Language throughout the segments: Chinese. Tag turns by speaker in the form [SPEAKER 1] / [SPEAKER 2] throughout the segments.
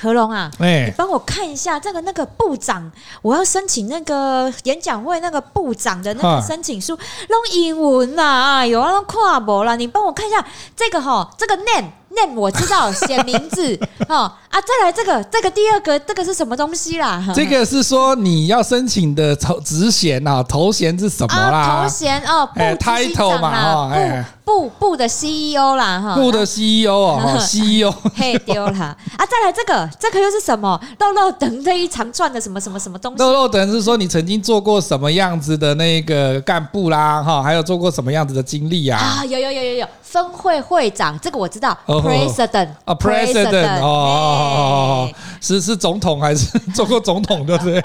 [SPEAKER 1] 何龙啊，
[SPEAKER 2] 哎
[SPEAKER 1] 你，帮我看一下这个那个部长，我要申请那个演讲会那个部长的那
[SPEAKER 2] 哈
[SPEAKER 1] 个申请书，弄英文啦，有啊，弄跨博啦，你帮我看一下这个哈，这个 name name 我知道写名字 哦啊，再来这个这个第二个这个是什么东西啦？
[SPEAKER 2] 这个是说你要申请的头职衔啊，头衔是什么
[SPEAKER 1] 啊，头
[SPEAKER 2] 啦？
[SPEAKER 1] 衔哦，部
[SPEAKER 2] 哎
[SPEAKER 1] 执行
[SPEAKER 2] title
[SPEAKER 1] 长
[SPEAKER 2] 嘛哦
[SPEAKER 1] 啦
[SPEAKER 2] 哎，
[SPEAKER 1] 部部部的 CEO 啦哈，啊
[SPEAKER 2] 部的 CEO 哦 ，CEO
[SPEAKER 1] 嘿丢啦啊！再来这个，这个又是什么？肉肉等这一长串的什么什么什么东西？啊
[SPEAKER 2] 肉肉等是说你曾经做过什么样子的那个干部啦，哈，还有做过什么样子的经历啊？
[SPEAKER 1] 啊，有有有有有，分会会长这个我知道
[SPEAKER 2] 哦
[SPEAKER 1] ，president
[SPEAKER 2] 啊，president 哦哦哦哦哦
[SPEAKER 1] 哎，
[SPEAKER 2] 是是总统还是 做过总统，对不对？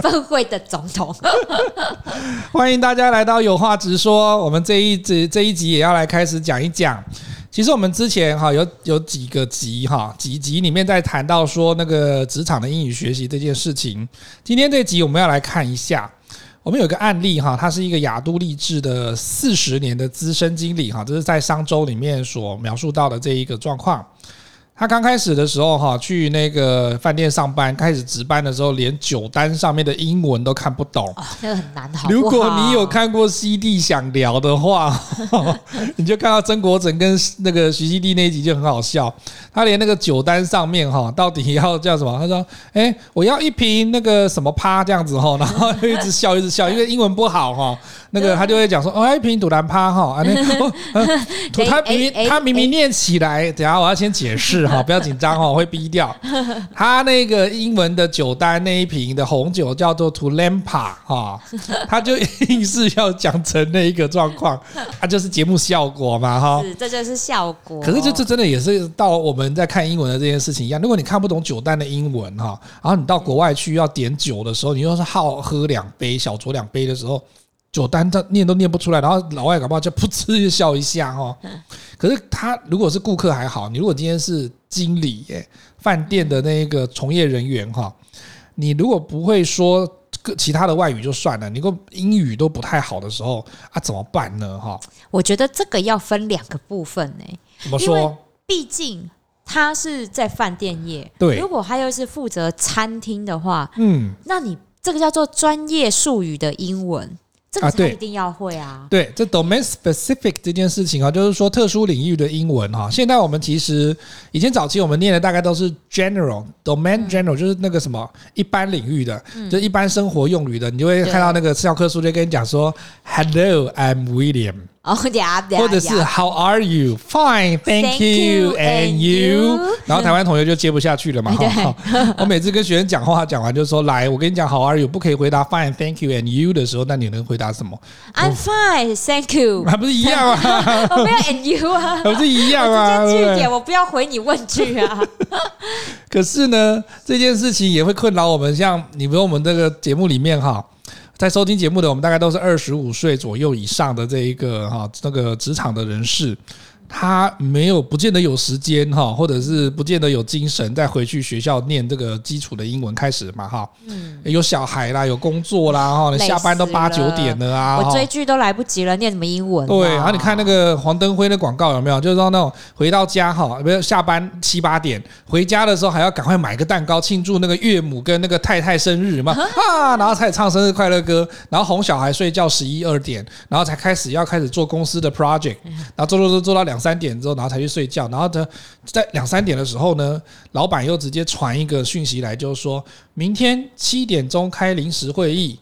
[SPEAKER 1] 分会的总统，
[SPEAKER 2] 欢迎大家来到有话直说，我们这一集这一集也要来开始讲一讲。其实我们之前哈有有几个集哈几集里面在谈到说那个职场的英语学习这件事情，今天这集我们要来看一下。我们有个案例哈，他是一个雅都励志的四十年的资深经理哈，这是在商周里面所描述到的这一个状况。他刚开始的时候哈，去那个饭店上班，开始值班的时候，连酒单上面的英文都看不懂。
[SPEAKER 1] 哦那个很难，好不好
[SPEAKER 2] 如果你有，看过《西地想聊》的话，你就看到曾国成跟那个徐熙娣那一集就很好笑。他连那个酒单上面哈，到底要叫什么？他说：“哎、我要一瓶那个什么趴这样子哈。”然后就一直笑，一直笑，因为英文不好哈。那个他就会讲说：“哦，要一瓶土兰趴哈。”啊，那 哦呃土他明
[SPEAKER 1] 哎哎
[SPEAKER 2] 明
[SPEAKER 1] 哎
[SPEAKER 2] 他明明念起来，等一下我要先解释 哈，不要紧张哈，会逼掉。他那个英文的酒单那一瓶的红酒叫做 Tulampa 哈、他就硬是要讲成那一个状况，他就是节目效果嘛哈、
[SPEAKER 1] 是这就是效果。
[SPEAKER 2] 可是这这真的也是到我们在看英文的这件事情一样，如果你看不懂酒单的英文哈、然后你到国外去要点酒的时候，你又是好喝两杯、小酌两杯的时候，酒单他念都念不出来，然后老外搞不好就噗嗤就笑一下哈、可是他如果是顾客还好，你如果今天是经理耶、饭店的那个从业人员哈、你如果不会说各其他的外语就算了，你如果英语都不太好的时候啊，怎么办呢？哈、
[SPEAKER 1] 我觉得这个要分两个部分呢、
[SPEAKER 2] 怎么
[SPEAKER 1] 因为
[SPEAKER 2] 说？
[SPEAKER 1] 毕竟他是在饭店业，
[SPEAKER 2] 对
[SPEAKER 1] 如果他又是负责餐厅的话，
[SPEAKER 2] 嗯。
[SPEAKER 1] 那你这个叫做专业术语的英文，这
[SPEAKER 2] 啊
[SPEAKER 1] 个他
[SPEAKER 2] 对
[SPEAKER 1] 一定要会啊。
[SPEAKER 2] 对，这 domain specific 这件事情啊，就是说特殊领域的英文哈、现在我们其实以前早期我们念的大概都是 general
[SPEAKER 1] 嗯
[SPEAKER 2] domain general，、就是那个什么一般领域的，就是一般生活用语的。你就会看到那个教科书就跟你讲说，Hello, I'm William，
[SPEAKER 1] 哦，呀呀
[SPEAKER 2] 或者是
[SPEAKER 1] 呀
[SPEAKER 2] How are you? Fine, thank
[SPEAKER 1] Thank
[SPEAKER 2] you,
[SPEAKER 1] you
[SPEAKER 2] and
[SPEAKER 1] and
[SPEAKER 2] you
[SPEAKER 1] you。
[SPEAKER 2] 然后台湾同学就接不下去 了嘛。
[SPEAKER 1] 对
[SPEAKER 2] 哈我每次跟学生讲话讲完就说，来，我跟你讲 How are you？不可以回答 Fine, thank you, and you 的时候，那你能回答什么？
[SPEAKER 1] ，I'm fine, thank you。
[SPEAKER 2] 还不是一样啊？
[SPEAKER 1] 我没有 and you 啊，
[SPEAKER 2] 还不是一样啊？
[SPEAKER 1] 我直接
[SPEAKER 2] 对不
[SPEAKER 1] 据
[SPEAKER 2] 对
[SPEAKER 1] 点，我不要回你问句 啊。
[SPEAKER 2] 可是呢，这件事情也会困扰我们。像你比如我们这个节目里面哈，在收听节目的我们大概都是二十五岁左右以上的这一个哈那个职场的人士，他没有不见得有时间哈，或者是不见得有精神再回去学校念这个基础的英文开始嘛哈。
[SPEAKER 1] 嗯
[SPEAKER 2] 有小孩啦，有工作啦哈，
[SPEAKER 1] 累
[SPEAKER 2] 下班都
[SPEAKER 1] 死
[SPEAKER 2] 八九
[SPEAKER 1] 了
[SPEAKER 2] 点了啊。
[SPEAKER 1] 我
[SPEAKER 2] 哈
[SPEAKER 1] 追剧都来不及了，念什么英文、啊
[SPEAKER 2] 对，然后你看那，个黄登辉的广告有没有？就是说那种回到家哈，不是下班七八点回家的时候还要赶快买个蛋糕庆祝那个岳母跟那个太太生日嘛啊，然后才唱生日快乐歌，然后哄小孩睡觉十一二点，然后才开始要开始做公司的 project，然
[SPEAKER 1] 嗯
[SPEAKER 2] 后做做做做到两三点之后，然后才去睡觉，然后呢，在两三点的时候呢，老板又直接传一个讯息来，就是说明天七点钟开临时会 议，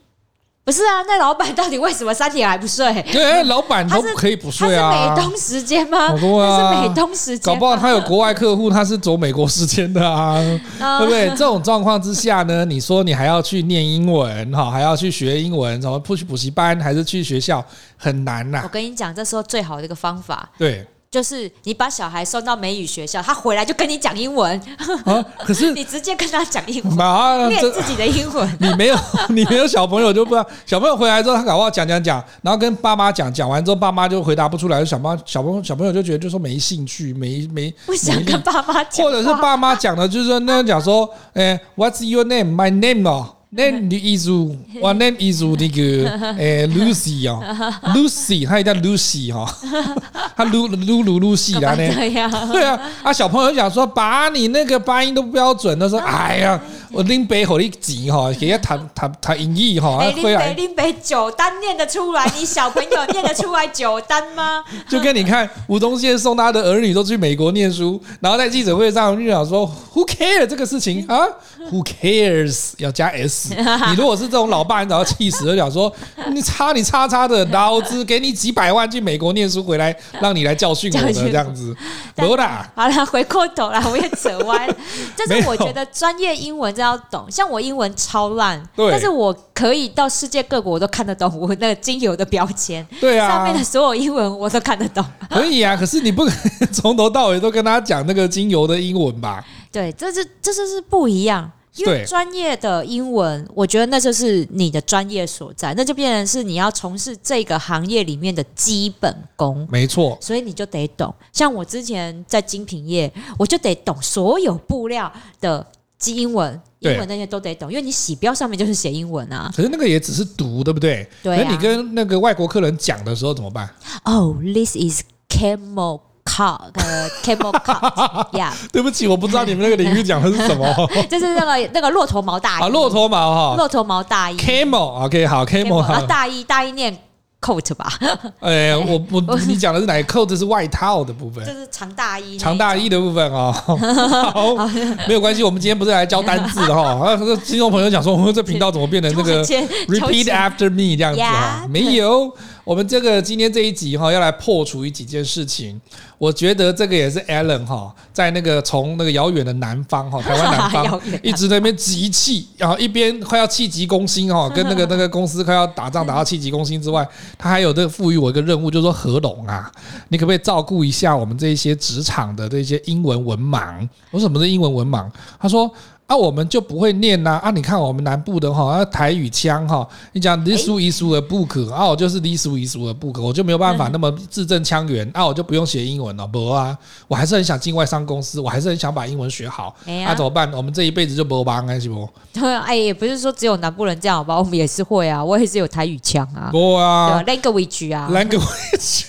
[SPEAKER 1] 不是啊？那老板到底为什么三点还不睡？
[SPEAKER 2] 对，哎老板都
[SPEAKER 1] 他是
[SPEAKER 2] 可以不
[SPEAKER 1] 他
[SPEAKER 2] 睡
[SPEAKER 1] 是
[SPEAKER 2] 啊，
[SPEAKER 1] 美东时间吗？
[SPEAKER 2] 哦对啊
[SPEAKER 1] 他是美东时间
[SPEAKER 2] 搞
[SPEAKER 1] 吗，
[SPEAKER 2] 不好他有国外客户，他是走美国时间的啊，对不对？这种状况之下呢，你说你还要去念英文哈，还要去学英文，什么不去补习班还是去学校，很难呐、
[SPEAKER 1] 我跟你讲，这时候最好的一个方法
[SPEAKER 2] 对
[SPEAKER 1] 就是你把小孩送到美语学校，他回来就跟你讲英 文，
[SPEAKER 2] 啊，可是
[SPEAKER 1] 你直接跟他讲英文，
[SPEAKER 2] 啊，
[SPEAKER 1] 练
[SPEAKER 2] 这
[SPEAKER 1] 自己的英文。
[SPEAKER 2] 你没有 你没有小朋友就不知道，小朋友回来之后他搞不好讲讲讲，然后跟爸妈讲，讲完之后爸妈就回答不出来，小妈小朋友小朋友就觉得就说没兴趣，没没
[SPEAKER 1] 不想
[SPEAKER 2] 没力
[SPEAKER 1] 跟爸妈讲话，
[SPEAKER 2] 或者是爸妈讲的，就是那样讲说，哎、w h a t s your name? My name 哦。那 艺术，哇，那艺术那个，诶、l u c y 哦，Lucy，她也叫 Lucy 哈、哦， 她噜噜噜噜系啊
[SPEAKER 1] 干嘛
[SPEAKER 2] 呢，
[SPEAKER 1] 这样？
[SPEAKER 2] 对啊，啊，小朋友讲说，把你那个发音都不标准，他说，哎呀，我拎杯口你急哈，给他谈谈谈音译哈，
[SPEAKER 1] 哎，
[SPEAKER 2] 啊
[SPEAKER 1] 林
[SPEAKER 2] 回
[SPEAKER 1] 北
[SPEAKER 2] 来
[SPEAKER 1] 林北九单念得出来，你小朋友 念得出来九单吗？
[SPEAKER 2] 就跟你看吴宗宪送他的儿女都去美国念书，然后在记者会上就想说，Who care 这个事情啊？Who cares 要 加 s。你如果是这种老爸，你早要气死了，想说你叉你叉叉的，老子给你几百万去美国念书回来，让你来教训我的
[SPEAKER 1] 教训我
[SPEAKER 2] 这 样子，不啦。
[SPEAKER 1] 好了，回过头来，我也扯歪 了。但
[SPEAKER 2] 没
[SPEAKER 1] 是
[SPEAKER 2] 有
[SPEAKER 1] 我觉得专业英文真要懂，像我英文超烂，
[SPEAKER 2] 对
[SPEAKER 1] 但是我可以到世界各国我都看得懂我那个精油的标签，
[SPEAKER 2] 对啊，
[SPEAKER 1] 上面的所有英文我都看得懂。
[SPEAKER 2] 可以啊，可是你不可 能从头到尾都跟他讲那个精油的英文吧？
[SPEAKER 1] 对，这是这就是不一样。因为
[SPEAKER 2] 对
[SPEAKER 1] 专业的英文，我觉得那就是你的专业所在，那就变成是你要从事这个行业里面的基本功，
[SPEAKER 2] 没错，
[SPEAKER 1] 所以你就得懂。像我之前在精品业，我就得懂所有布料的基英文、
[SPEAKER 2] 对
[SPEAKER 1] 英文那些都得懂，因为你洗标上面就是写英文啊。
[SPEAKER 2] 可是那个也只是读，对不对？
[SPEAKER 1] 对啊
[SPEAKER 2] 可是你跟那个外国客人讲的时候怎么办？
[SPEAKER 1] Oh, this is camel cut，呃，camel cut，yeah，
[SPEAKER 2] 对不起，我不知道你们那个领域讲的是什 么
[SPEAKER 1] 就是那个那个骆驼毛大衣，
[SPEAKER 2] 啊，骆驼毛哈
[SPEAKER 1] 骆驼毛大衣
[SPEAKER 2] ，camel，OK，好，camel 啊
[SPEAKER 1] 然后
[SPEAKER 2] 哈，
[SPEAKER 1] 大一大一念 coat 吧，
[SPEAKER 2] 哎，我 我你讲的是哪个 coat 是外套的部
[SPEAKER 1] 就
[SPEAKER 2] 分？
[SPEAKER 1] 是长大衣那一种，
[SPEAKER 2] 长大衣的部分 哦，好，没有关系，我们今天不是来教单字的哈。 啊，听众朋友讲说，我哦们这频道怎么变成
[SPEAKER 1] 突
[SPEAKER 2] 那
[SPEAKER 1] 然
[SPEAKER 2] 个
[SPEAKER 1] 间
[SPEAKER 2] Repeat
[SPEAKER 1] 抽筋
[SPEAKER 2] after me 这样子哈，
[SPEAKER 1] Yeah
[SPEAKER 2] 没有。我们这个今天这一集哈，要来破除于几件事情。我觉得这个也是 Alan 哈，在那个从那个遥远的南方哈，台湾
[SPEAKER 1] 遥
[SPEAKER 2] 南方
[SPEAKER 1] 远南方
[SPEAKER 2] 一直在那边集气，然后一边快要气急攻心哈，跟 那个那个公司快要打仗打到气急攻心之外，他还有这个赋予我一个任务，就是说合拢啊，你可不可以照顾一下我们这一些职场的这些英文文盲？我说什么是英文文盲？他说啊，我们就不会念呐啊！你看我们南部的哈、啊，台语腔哈、你讲 this w 一 is a book 啊，我就是 this w 一 is a book，我就没有办
[SPEAKER 1] 嗯
[SPEAKER 2] 法那么字正腔圆啊，我就不用写英文了，不啊，我还是很想进外商公司，我还是很想把英文学好，
[SPEAKER 1] 哎
[SPEAKER 2] 啊，
[SPEAKER 1] 呀
[SPEAKER 2] 怎，么办？我们这一辈子就不帮啊，是不？
[SPEAKER 1] 对啊，哎，也不是说只有南部人这样好吧，我们也是会啊，我也是有台语腔啊，
[SPEAKER 2] 不
[SPEAKER 1] 对吧
[SPEAKER 2] 啊。
[SPEAKER 1] ？language 啊，
[SPEAKER 2] language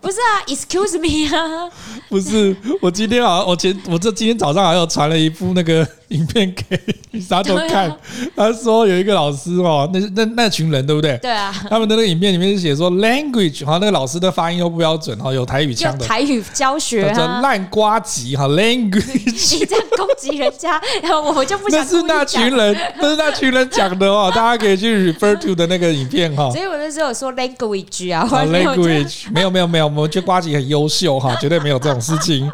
[SPEAKER 1] 不是啊，excuse me 啊，
[SPEAKER 2] 不是我今天好像我前我这今天早上好像有传了一部那个影片给你啥都
[SPEAKER 1] 对啊
[SPEAKER 2] 看，他说有一个老师哦，那那那群人对不对？
[SPEAKER 1] 对 啊，
[SPEAKER 2] 他们的那个影片里面是写说 language，好，那个老师的发音又不标准，哈，有台语
[SPEAKER 1] 就
[SPEAKER 2] 腔的，
[SPEAKER 1] 台语教学
[SPEAKER 2] 叫做
[SPEAKER 1] 啊，
[SPEAKER 2] 烂瓜吉哈 language，
[SPEAKER 1] 你这样攻击人家， 然后我就不
[SPEAKER 2] 那
[SPEAKER 1] 想故
[SPEAKER 2] 是
[SPEAKER 1] 意
[SPEAKER 2] 那
[SPEAKER 1] 讲
[SPEAKER 2] 群人，那是那群人讲的哦，大家可以去 refer to 的那个影片哈。
[SPEAKER 1] 所以我那时候有说 language 啊，
[SPEAKER 2] 啊
[SPEAKER 1] 我没有这样
[SPEAKER 2] language 没有没有没有，我们觉得瓜吉很优秀哈，绝对没有这种事情。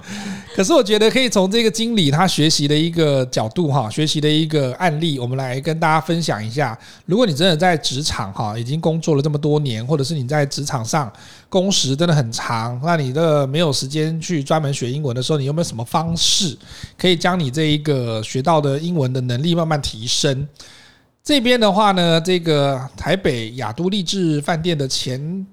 [SPEAKER 2] 可是我觉得可以从这个经理他学习的一个角度哈，学习的一个案例，我们来跟大家分享一下。如果你真的在职场哈，已经工作了这么多年，或者是你在职场上工时真的很长，那你的没有时间去专门学英文的时候，你有没有什么方式可以将你这一个学到的英文的能力慢慢提升？这边的话呢，这个台北雅都丽致饭店的前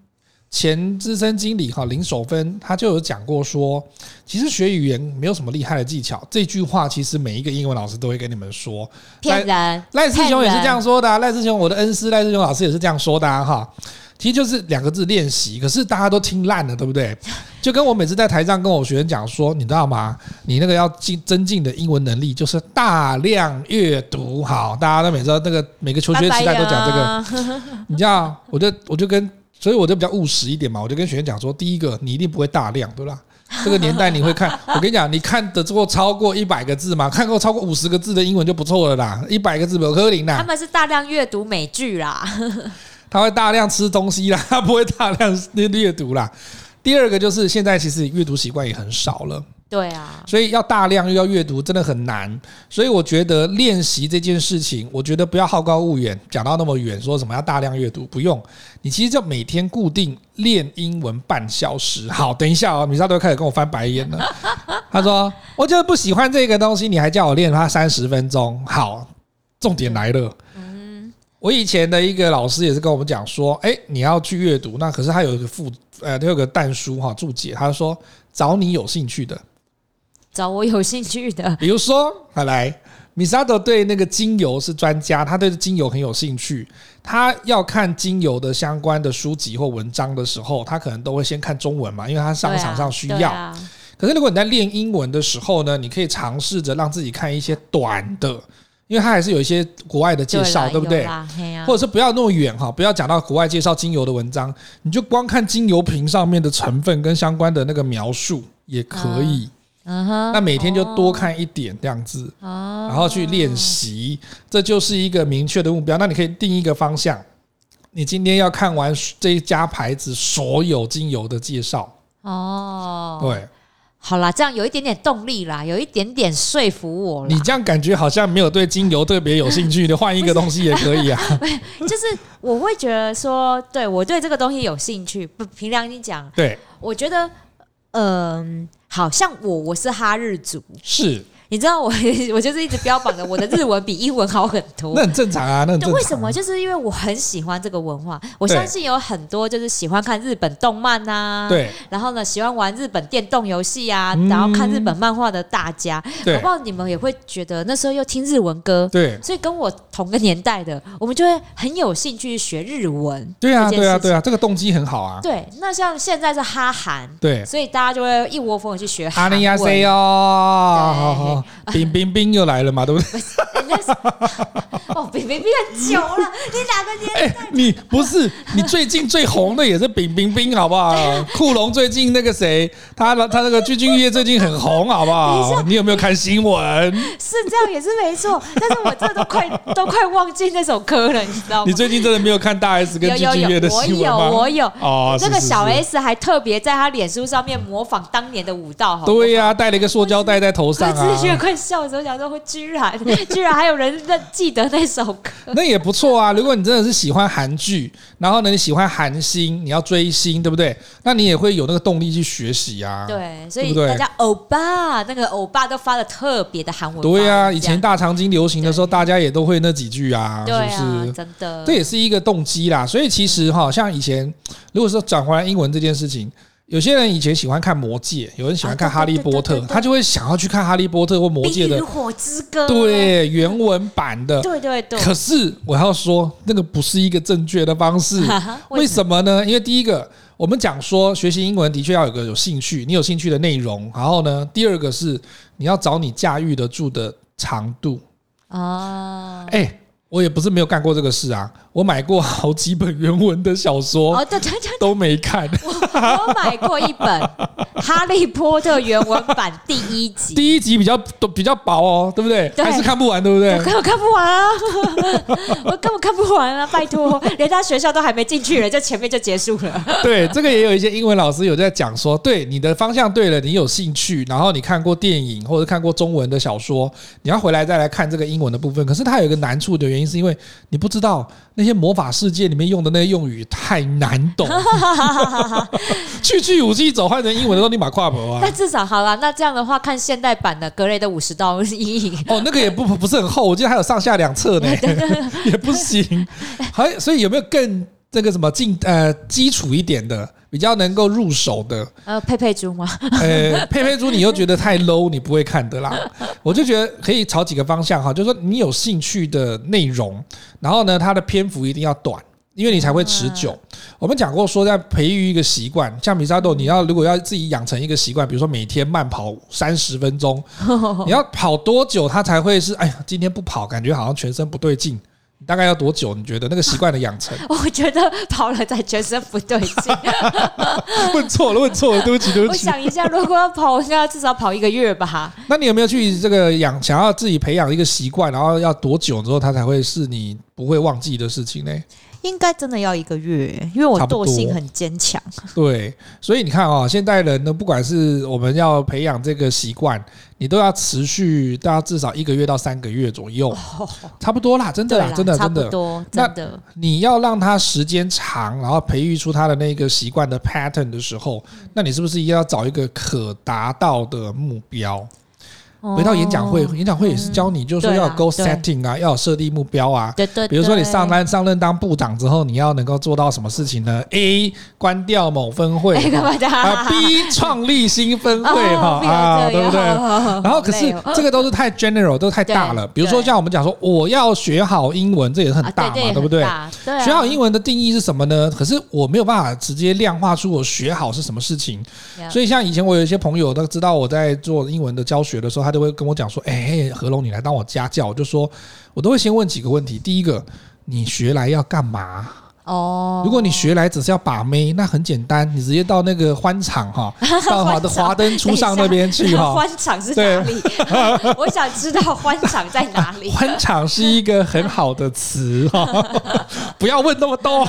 [SPEAKER 2] 前资深经理哈林守芬，他就有讲过说，其实学语言没有什么厉害的技巧。这句话其实每一个英文老师都会跟你们说。
[SPEAKER 1] 骗人，
[SPEAKER 2] 赖世雄也是这
[SPEAKER 1] 骗
[SPEAKER 2] 样
[SPEAKER 1] 人，
[SPEAKER 2] 说的、啊，赖世雄我的恩师赖世雄老师也是这样说的啊哈、其实就是两个字练习，可是大家都听烂了，对不对？就跟我每次在台上跟我学生讲说，你知道吗？你那个要进增进的英文能力，就是大量阅读。好，大家都每次那个每个求学
[SPEAKER 1] 啊
[SPEAKER 2] 时代都讲这个。
[SPEAKER 1] 个，
[SPEAKER 2] 你知道，我就我就跟，所以我就比较务实一点嘛，我就跟学员讲说，第一个你一定不会大量，对吧？这个年代你会看，我跟你讲，你看得过超过一百个字吗？看过超过五十个字的英文就不错了啦，一百个字有科 林
[SPEAKER 1] 他
[SPEAKER 2] 啦，
[SPEAKER 1] 们是大量阅读美剧啦，
[SPEAKER 2] 他会大量吃东西啦，他不会大量 阅读啦。第二个就是现在其实阅读习惯也很少了，
[SPEAKER 1] 对啊，
[SPEAKER 2] 所以要大量又要阅读，真的很难。所以我觉得练习这件事情，我觉得不要好高骛远，讲到那么远，说什么要大量阅读，不用。你其实就每天固定练英文半小时。 好，等一下哦，米莎都开始跟我翻白眼了。 他说：“我就是不喜欢这个东西，你还叫我练它三十分钟。”好，重点来了。我以前的一个老师也是跟我们讲说，哎、你要去阅读，那可是他有一个附呃，他有个弹书哈注解，他说找你有兴趣的，
[SPEAKER 1] 找我有兴趣的。
[SPEAKER 2] 比如说，好来，米沙德对那个精油是专家，他对精油很有兴趣。他要看精油的相关的书籍或文章的时候，他可能都会先看中文嘛，因为他商场上需
[SPEAKER 1] 对
[SPEAKER 2] 要。
[SPEAKER 1] 啊
[SPEAKER 2] 可是如果你在练英文的时候呢，你可以尝试着让自己看一些短的，因为它还是有一些国外的介绍，对不对？或
[SPEAKER 1] 或
[SPEAKER 2] 者是不要那么远哈，不要讲到国外介绍精油的文章，你就光看精油瓶上面的成分跟相关的那个描述也可以。
[SPEAKER 1] 嗯哼，
[SPEAKER 2] 那每天就多
[SPEAKER 1] 哦，
[SPEAKER 2] 看一点这样子，
[SPEAKER 1] 哦
[SPEAKER 2] 然后去练习，这就是一个明确的目标。那你可以定一个方向，你今天要看完这一家牌子所有精油的介绍，
[SPEAKER 1] 哦。
[SPEAKER 2] 对
[SPEAKER 1] 好啦，这样有一点点动力啦，有一点点说服我
[SPEAKER 2] 你
[SPEAKER 1] 啦。
[SPEAKER 2] 这样感觉好像没有对精油特别有兴趣的，换一个东西也可 以啊。
[SPEAKER 1] 就是我会觉得说，对我对这个东西有兴趣。不，凭良心讲，
[SPEAKER 2] 对，
[SPEAKER 1] 我觉得，嗯、好像我我是哈日族，
[SPEAKER 2] 是，
[SPEAKER 1] 你知道我 我就是一直标榜的，我的日文比英文好很多
[SPEAKER 2] 那。很正常啊，那很正
[SPEAKER 1] 对，
[SPEAKER 2] 常。
[SPEAKER 1] 为什么？？就是因为我很喜欢这个文化，我
[SPEAKER 2] 对
[SPEAKER 1] 相信有很多就是喜欢看日本动漫呐、，
[SPEAKER 2] 对
[SPEAKER 1] 然后呢，喜欢玩日本电动游戏啊，
[SPEAKER 2] 嗯
[SPEAKER 1] 然后看日本漫画的大家，我不
[SPEAKER 2] 对
[SPEAKER 1] 知道你们也会觉得那时候又听日文歌，
[SPEAKER 2] 对
[SPEAKER 1] 所以跟我同个年代的，我们就会很有兴趣学日文。
[SPEAKER 2] 对啊，
[SPEAKER 1] 这件
[SPEAKER 2] 对啊，
[SPEAKER 1] 事情
[SPEAKER 2] 对啊，这个动机很好啊。
[SPEAKER 1] 对，那像现在是哈韩，
[SPEAKER 2] 对，
[SPEAKER 1] 所以大家就会一窝蜂的去学
[SPEAKER 2] 阿
[SPEAKER 1] 韩
[SPEAKER 2] 尼亚 C
[SPEAKER 1] 文。
[SPEAKER 2] 哦，好好，冰冰冰又来了嘛，对不对？
[SPEAKER 1] 那是 哦，比比比很久了，你哪个年？
[SPEAKER 2] 哎、你不是你最近最红的也是冰冰冰，好不好？
[SPEAKER 1] 啊
[SPEAKER 2] 库龙最近那个谁，他他那个鞠婧祎最近很红，好不好？你有没有看新闻？
[SPEAKER 1] 是这样也是没错，但是我这都 快都快忘记那首歌了，你知道
[SPEAKER 2] 你
[SPEAKER 1] 吗？
[SPEAKER 2] 最近真的没有看大 S 跟
[SPEAKER 1] 哦有
[SPEAKER 2] 鞠
[SPEAKER 1] 有
[SPEAKER 2] 婧祎的
[SPEAKER 1] 有，我
[SPEAKER 2] 新闻
[SPEAKER 1] 有
[SPEAKER 2] 吗？
[SPEAKER 1] 我有，
[SPEAKER 2] 哦，
[SPEAKER 1] 这个
[SPEAKER 2] 是是
[SPEAKER 1] 小
[SPEAKER 2] 是
[SPEAKER 1] S 还特别在她脸书上面模仿当年的舞蹈，好不好
[SPEAKER 2] 对呀、戴了一个塑胶袋在头
[SPEAKER 1] 我
[SPEAKER 2] 上
[SPEAKER 1] 只是觉得
[SPEAKER 2] 啊，
[SPEAKER 1] 快笑死，我想说，我居然居然还有人认记得那首歌，
[SPEAKER 2] 那也不错啊。如果你真的是喜欢韩剧，然后呢你喜欢韩星，你要追星，对不对？那你也会有那个动力去学习啊。
[SPEAKER 1] 对，所
[SPEAKER 2] 对
[SPEAKER 1] 以
[SPEAKER 2] 不对
[SPEAKER 1] 大家欧巴那个欧巴都发的特别的韩文发音，
[SPEAKER 2] 对呀、以
[SPEAKER 1] 这样
[SPEAKER 2] 前大长今流行的时候，大家也都会那几句啊，
[SPEAKER 1] 对
[SPEAKER 2] 是
[SPEAKER 1] 啊
[SPEAKER 2] 不，是？
[SPEAKER 1] 真的，
[SPEAKER 2] 这也是一个动机啦。所以其实哈，像以前如果说转回来英文这件事情。有些人以前喜欢看《魔戒》，有人喜欢看《哈利波
[SPEAKER 1] 啊对对
[SPEAKER 2] 特
[SPEAKER 1] 对对》，对
[SPEAKER 2] 他就会想要去看《哈利波特》或《魔戒》
[SPEAKER 1] 冰与
[SPEAKER 2] 的
[SPEAKER 1] 火之歌，啊
[SPEAKER 2] 对原文版的。
[SPEAKER 1] 对对对，
[SPEAKER 2] 可是我要说，那个不是一个正确的方式。为什么呢？因为第一个，我们讲说学习英文的确要有个有兴趣，你有兴趣的内容。然后呢，第二个是你要找你驾驭得住的长度。
[SPEAKER 1] 么啊？
[SPEAKER 2] 哎、我也不是没有干过这个事啊，我买过好几本原文的小说
[SPEAKER 1] 哦，对对对，
[SPEAKER 2] 都没看。
[SPEAKER 1] 我买过一 本《哈利波特》原文版第一集，
[SPEAKER 2] 第一集比较都比较薄哦，对不对？
[SPEAKER 1] 对
[SPEAKER 2] 还是看不完，对 不
[SPEAKER 1] 我
[SPEAKER 2] 对？
[SPEAKER 1] 根本看不完啊！我根本看不完啊！拜托，连他学校都还没进去了，就前面就结束了。
[SPEAKER 2] 对，这个也有一些英文老师有在讲说，对你的方向对了，你有兴趣，然后你看过电影或者看过中文的小说，你要回来再来看这个英文的部分。可是它有一个难处的原因，是因为你不知道那些魔法世界里面用的那些用语太难 懂，去去武器走换成英文的时候，你马跨博啊
[SPEAKER 1] 但。至少好啦，那这样的话，看现代版的格雷的五十刀阴影，
[SPEAKER 2] 哦，那个也不不是很厚，我记得还有上下两册呢， 也不行。还所以有没有更这个什么进呃基础一点的，比较能够入手的？
[SPEAKER 1] 呃，佩佩猪吗？
[SPEAKER 2] 呃，佩佩猪，你又觉得太 low，你不会看的啦。我就觉得可以朝几个方向哈，就是说你有兴趣的内容，然后呢，它的篇幅一定要短。因为你才会持久。我们讲过说，在培育一个习惯，像米沙豆，你要如果要自己养成一个习惯，比如说每天慢跑三十分钟，你要跑多久，它才会是哎呀，今天不跑，感觉好像全身不对劲。你大概要多久？你觉得那个习惯的养成？
[SPEAKER 1] 我觉得跑了才全身不对劲。
[SPEAKER 2] 问错了，问错了，对不起，对不
[SPEAKER 1] 我
[SPEAKER 2] 起。
[SPEAKER 1] 想一下，如果要跑，应该至少跑一个月吧。
[SPEAKER 2] 那你有没有去这个养想要自己培养一个习惯，然后要多久之后它才会是你不会忘记的事情呢？
[SPEAKER 1] 应该真的要一个月，因为我
[SPEAKER 2] 差不多
[SPEAKER 1] 惰性很坚强。
[SPEAKER 2] 对，所以你看啊、现代人呢，不管是我们要培养这个习惯，你都要持续，大家至少一个月到三个月左右，差不多啦，真的
[SPEAKER 1] 哦对
[SPEAKER 2] 啦，
[SPEAKER 1] 啦，
[SPEAKER 2] 真的
[SPEAKER 1] 差
[SPEAKER 2] 真
[SPEAKER 1] 不
[SPEAKER 2] 的。
[SPEAKER 1] 多，
[SPEAKER 2] 那
[SPEAKER 1] 真的。
[SPEAKER 2] 你要让他时间长，然后培育出他的那个习惯的
[SPEAKER 1] 嗯
[SPEAKER 2] pattern 的时候，那你是不是也要找一个可达到的目标？
[SPEAKER 1] 哦
[SPEAKER 2] 回到演讲会，演讲会也是教你，就是说
[SPEAKER 1] 对啊
[SPEAKER 2] 要 goal
[SPEAKER 1] 对
[SPEAKER 2] setting 啊，要有设立目标啊。
[SPEAKER 1] 对对，
[SPEAKER 2] 比如说你
[SPEAKER 1] 对
[SPEAKER 2] 上班上任当部长之后，你要能够做到什么事情呢？A 关掉某分 会，
[SPEAKER 1] 哎干嘛的
[SPEAKER 2] 啊？B 创立新分会
[SPEAKER 1] 哦
[SPEAKER 2] 哈
[SPEAKER 1] 不要
[SPEAKER 2] 啊，
[SPEAKER 1] 这
[SPEAKER 2] 对
[SPEAKER 1] 样
[SPEAKER 2] 不对？
[SPEAKER 1] 好
[SPEAKER 2] 然后可是
[SPEAKER 1] 累哦
[SPEAKER 2] 这个都是太 general，都太大了。
[SPEAKER 1] 对
[SPEAKER 2] 比如说
[SPEAKER 1] 对
[SPEAKER 2] 像我们讲说我要学好英文，这也很
[SPEAKER 1] 啊
[SPEAKER 2] 大嘛，
[SPEAKER 1] 对
[SPEAKER 2] 不对？
[SPEAKER 1] 对啊，
[SPEAKER 2] 学好英文的定义是什么呢？可是我没有办法直接量化出我学好是什么事情。
[SPEAKER 1] Yeah
[SPEAKER 2] 所以像以前我有一些朋友，他知道我在做英文的教学的时候，他都会跟我讲说：“哎、何龙，你来当我家教。”我就说，我都会先问几个问题。第一个，你学来要干嘛？
[SPEAKER 1] 哦，
[SPEAKER 2] 如果你学来只是要把妹，那很简单，你直接到那个欢场哈， 到华的华灯初上那边去哈。。
[SPEAKER 1] 欢场是哪里？ 我想知道欢场在哪里
[SPEAKER 2] 欢场是一个很好的词 哈、不要问那么 多，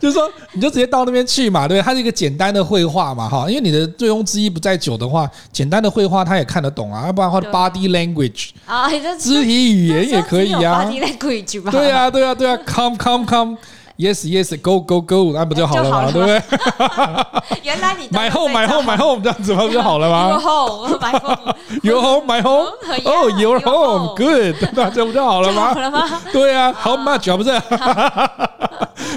[SPEAKER 2] 就是说你就直接到那边去嘛，对不对？它是一个简单的绘画嘛，哈，因为你的醉翁之意不在酒的话，简单的绘画他也看得懂啊，要不然的
[SPEAKER 1] 对
[SPEAKER 2] 话 body language
[SPEAKER 1] 啊，你这
[SPEAKER 2] 肢体语言也可以 啊，
[SPEAKER 1] 你来 language 吧。
[SPEAKER 2] 对，啊，对啊，对啊，come come come。Yes, yes, go, go, go，那不 就好了嘛，
[SPEAKER 1] 就
[SPEAKER 2] 对
[SPEAKER 1] 好
[SPEAKER 2] 不对？
[SPEAKER 1] 原来你
[SPEAKER 2] 买 home, 买 home, 买 home，这样子不就好了吗
[SPEAKER 1] Your home，买 home，
[SPEAKER 2] ？Your home, my home,
[SPEAKER 1] Yeah,
[SPEAKER 2] oh, your
[SPEAKER 1] your
[SPEAKER 2] home,
[SPEAKER 1] home
[SPEAKER 2] good，那这不就好了
[SPEAKER 1] 这
[SPEAKER 2] 吗
[SPEAKER 1] 样？好了吗？
[SPEAKER 2] 对啊，How
[SPEAKER 1] 哦
[SPEAKER 2] much 啊？不是，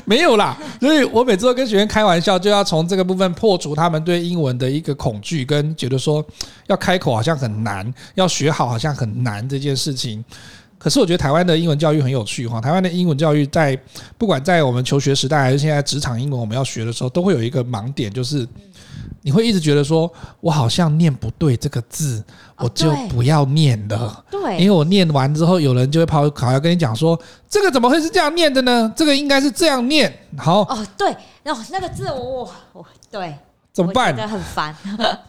[SPEAKER 2] 没有啦。所以我每次都跟学员开玩笑，就要从这个部分破除他们对英文的一个恐惧，跟觉得说要开口好像很难，要学好好像很难这件事情。可是我觉得台湾的英文教育很有趣哈，台湾的英文教育在不管在我们求学时代还是现在职场英文我们要学的时候，都会有一个盲点，就是你会一直觉得说我好像念不对这个字，
[SPEAKER 1] 哦
[SPEAKER 2] 我就
[SPEAKER 1] 对
[SPEAKER 2] 不要念了。因
[SPEAKER 1] 对，
[SPEAKER 2] 为我念完之后，有人就会跑跑来跟你讲说，这个怎么会是这样念的呢？这个应该是这样念，好
[SPEAKER 1] 哦对，然后那个字我我我对，
[SPEAKER 2] 怎么
[SPEAKER 1] 我觉得
[SPEAKER 2] 办？
[SPEAKER 1] 很烦，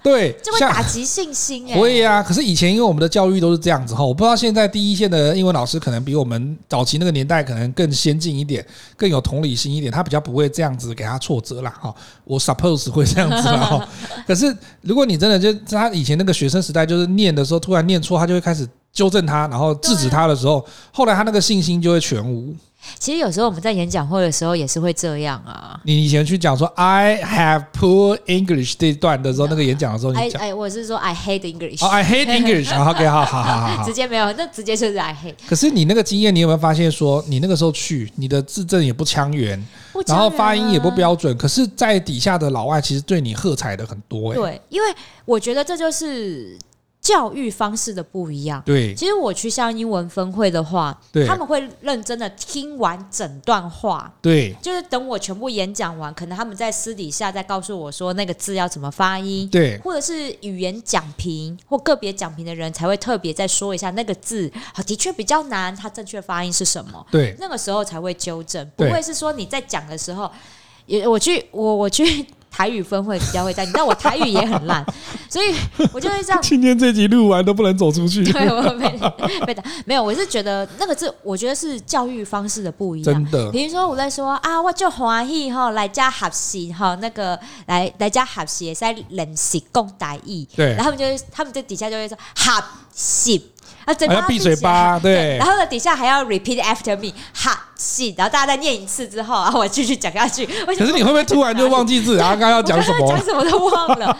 [SPEAKER 2] 对
[SPEAKER 1] 就，会
[SPEAKER 2] 像
[SPEAKER 1] 打击信心哎。
[SPEAKER 2] 会呀、可是以前因为我们的教育都是这样子哈，我不知道现在第一线的英文老师可能比我们早期那个年代可能更先进一点，更有同理心一点，他比较不会这样子给他挫折啦哈。我 suppose 会这样 子啦哈。可是如果你真的就他以前那个学生时代，就是念的时候突然念错，他就会开始纠正他，然后制止他的时候，后来他那个信心就会全无。
[SPEAKER 1] 其实有时候我们在演讲会的时候也是会这样啊。
[SPEAKER 2] 你以前去讲说 I have poor English 这一段的时候，那个演讲的时候，
[SPEAKER 1] 哎
[SPEAKER 2] 你讲
[SPEAKER 1] 哎，我是说 I hate English，
[SPEAKER 2] 哦 I hate English，好 OK，好好好好好
[SPEAKER 1] 直。接没有，那直接就是 I hate。
[SPEAKER 2] 可是你那个经验，你有没有发现说，你那个时候去，你的字正也不腔圆，
[SPEAKER 1] 不
[SPEAKER 2] 然
[SPEAKER 1] 教
[SPEAKER 2] 后
[SPEAKER 1] 人
[SPEAKER 2] 发音也不
[SPEAKER 1] 啊
[SPEAKER 2] 标准，可是，在底下的老外其实对你喝彩的很多、欸，
[SPEAKER 1] 对，因为我觉得这就是教育方式的不一样。
[SPEAKER 2] 对
[SPEAKER 1] 其实我去像英文分会的话
[SPEAKER 2] 对，
[SPEAKER 1] 他们会认真的听完整段话，
[SPEAKER 2] 对
[SPEAKER 1] 就是等我全部演讲完，可能他们在私底下再告诉我说那个字要怎么发音，
[SPEAKER 2] 对
[SPEAKER 1] 或者是语言讲评或个别讲评的人才会特别再说一下那个字，好，的确比较难，它正确发音是什么。
[SPEAKER 2] 对
[SPEAKER 1] 那个时候才会纠正，不
[SPEAKER 2] 对
[SPEAKER 1] 会是说你在讲的时候，也我去我我去台语分会比较会在，你知道我台语也很烂， 所以我就会这样。
[SPEAKER 2] 今天这集录完都不能走出去，
[SPEAKER 1] 对，我被 被打，没有，我是觉得那个字，我觉得是教育方式的不一样
[SPEAKER 2] 真。的，
[SPEAKER 1] 比如说我在说啊，我就欢喜哈，来家学习哈，那个来来家学习在练习共台语，
[SPEAKER 2] 对
[SPEAKER 1] 然后他们就会，他们在底下就会说学习。啊，嘴
[SPEAKER 2] 还
[SPEAKER 1] 巴
[SPEAKER 2] 哎要闭嘴哎巴，对
[SPEAKER 1] 然，后呢，底下还要 repeat after me，哈是，然后大家再念一次之后，然后我继续讲下去。可
[SPEAKER 2] 可是你会不会突然就忘
[SPEAKER 1] 记
[SPEAKER 2] 记字啊？刚刚要讲什么
[SPEAKER 1] 讲？什么都忘了。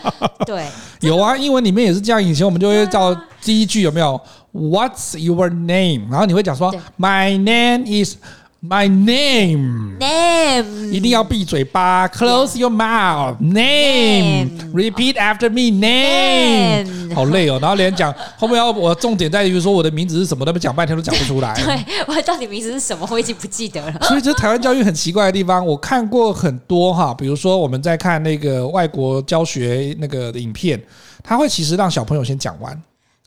[SPEAKER 1] 对，
[SPEAKER 2] 有啊，英文里面也是这样。以前我们就会叫
[SPEAKER 1] 对啊
[SPEAKER 2] 第一句有没有 “What's your name”，然后你会讲说
[SPEAKER 1] 对
[SPEAKER 2] “My name is my name”，
[SPEAKER 1] name
[SPEAKER 2] 一定要闭嘴巴，close your mouth name，repeat after me name，
[SPEAKER 1] Name
[SPEAKER 2] 好累哦。然后连讲后面要我重点在于说我的名字是什么，他们讲半天都讲不出来。
[SPEAKER 1] 对我到底名字是什么，我已经不记得了。
[SPEAKER 2] 所以这台湾教育很奇怪的地方，我看过很多哈，比如说我们在看那个外国教学那个影片，他会其实让小朋友先讲完。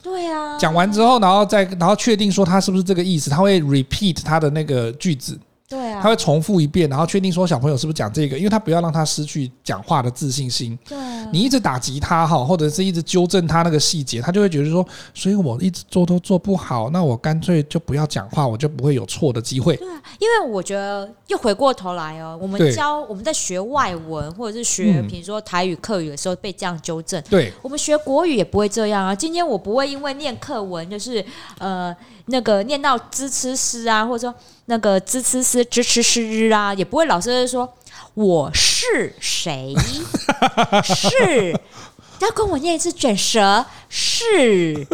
[SPEAKER 1] 对啊，
[SPEAKER 2] 讲完之后，然后再然后确定说他是不是这个意思，他会 repeat 他的那个句子，
[SPEAKER 1] 对
[SPEAKER 2] 他
[SPEAKER 1] 啊，
[SPEAKER 2] 会重复一遍，然后确定说小朋友是不是讲这个，因为他不要让他失去讲话的自信心。
[SPEAKER 1] 对啊，
[SPEAKER 2] 你一直打击他哈，或者是一直纠正他那个细节，他就会觉得说，所以我一直做都做不好，那我干脆就不要讲话，我就不会有错的机会。
[SPEAKER 1] 对啊，因为我觉得又回过头来哦，我们
[SPEAKER 2] 对
[SPEAKER 1] 教我们在学外文或者是学，
[SPEAKER 2] 嗯
[SPEAKER 1] 比如说台语、客语的时候被这样纠正，
[SPEAKER 2] 对
[SPEAKER 1] 我们学国语也不会这样啊。今天我不会因为念课文，就是呃那个念到支持诗啊，或者说那个支持诗、支持诗啊，也不会老师就说我是谁是。再跟我念一次卷舌是，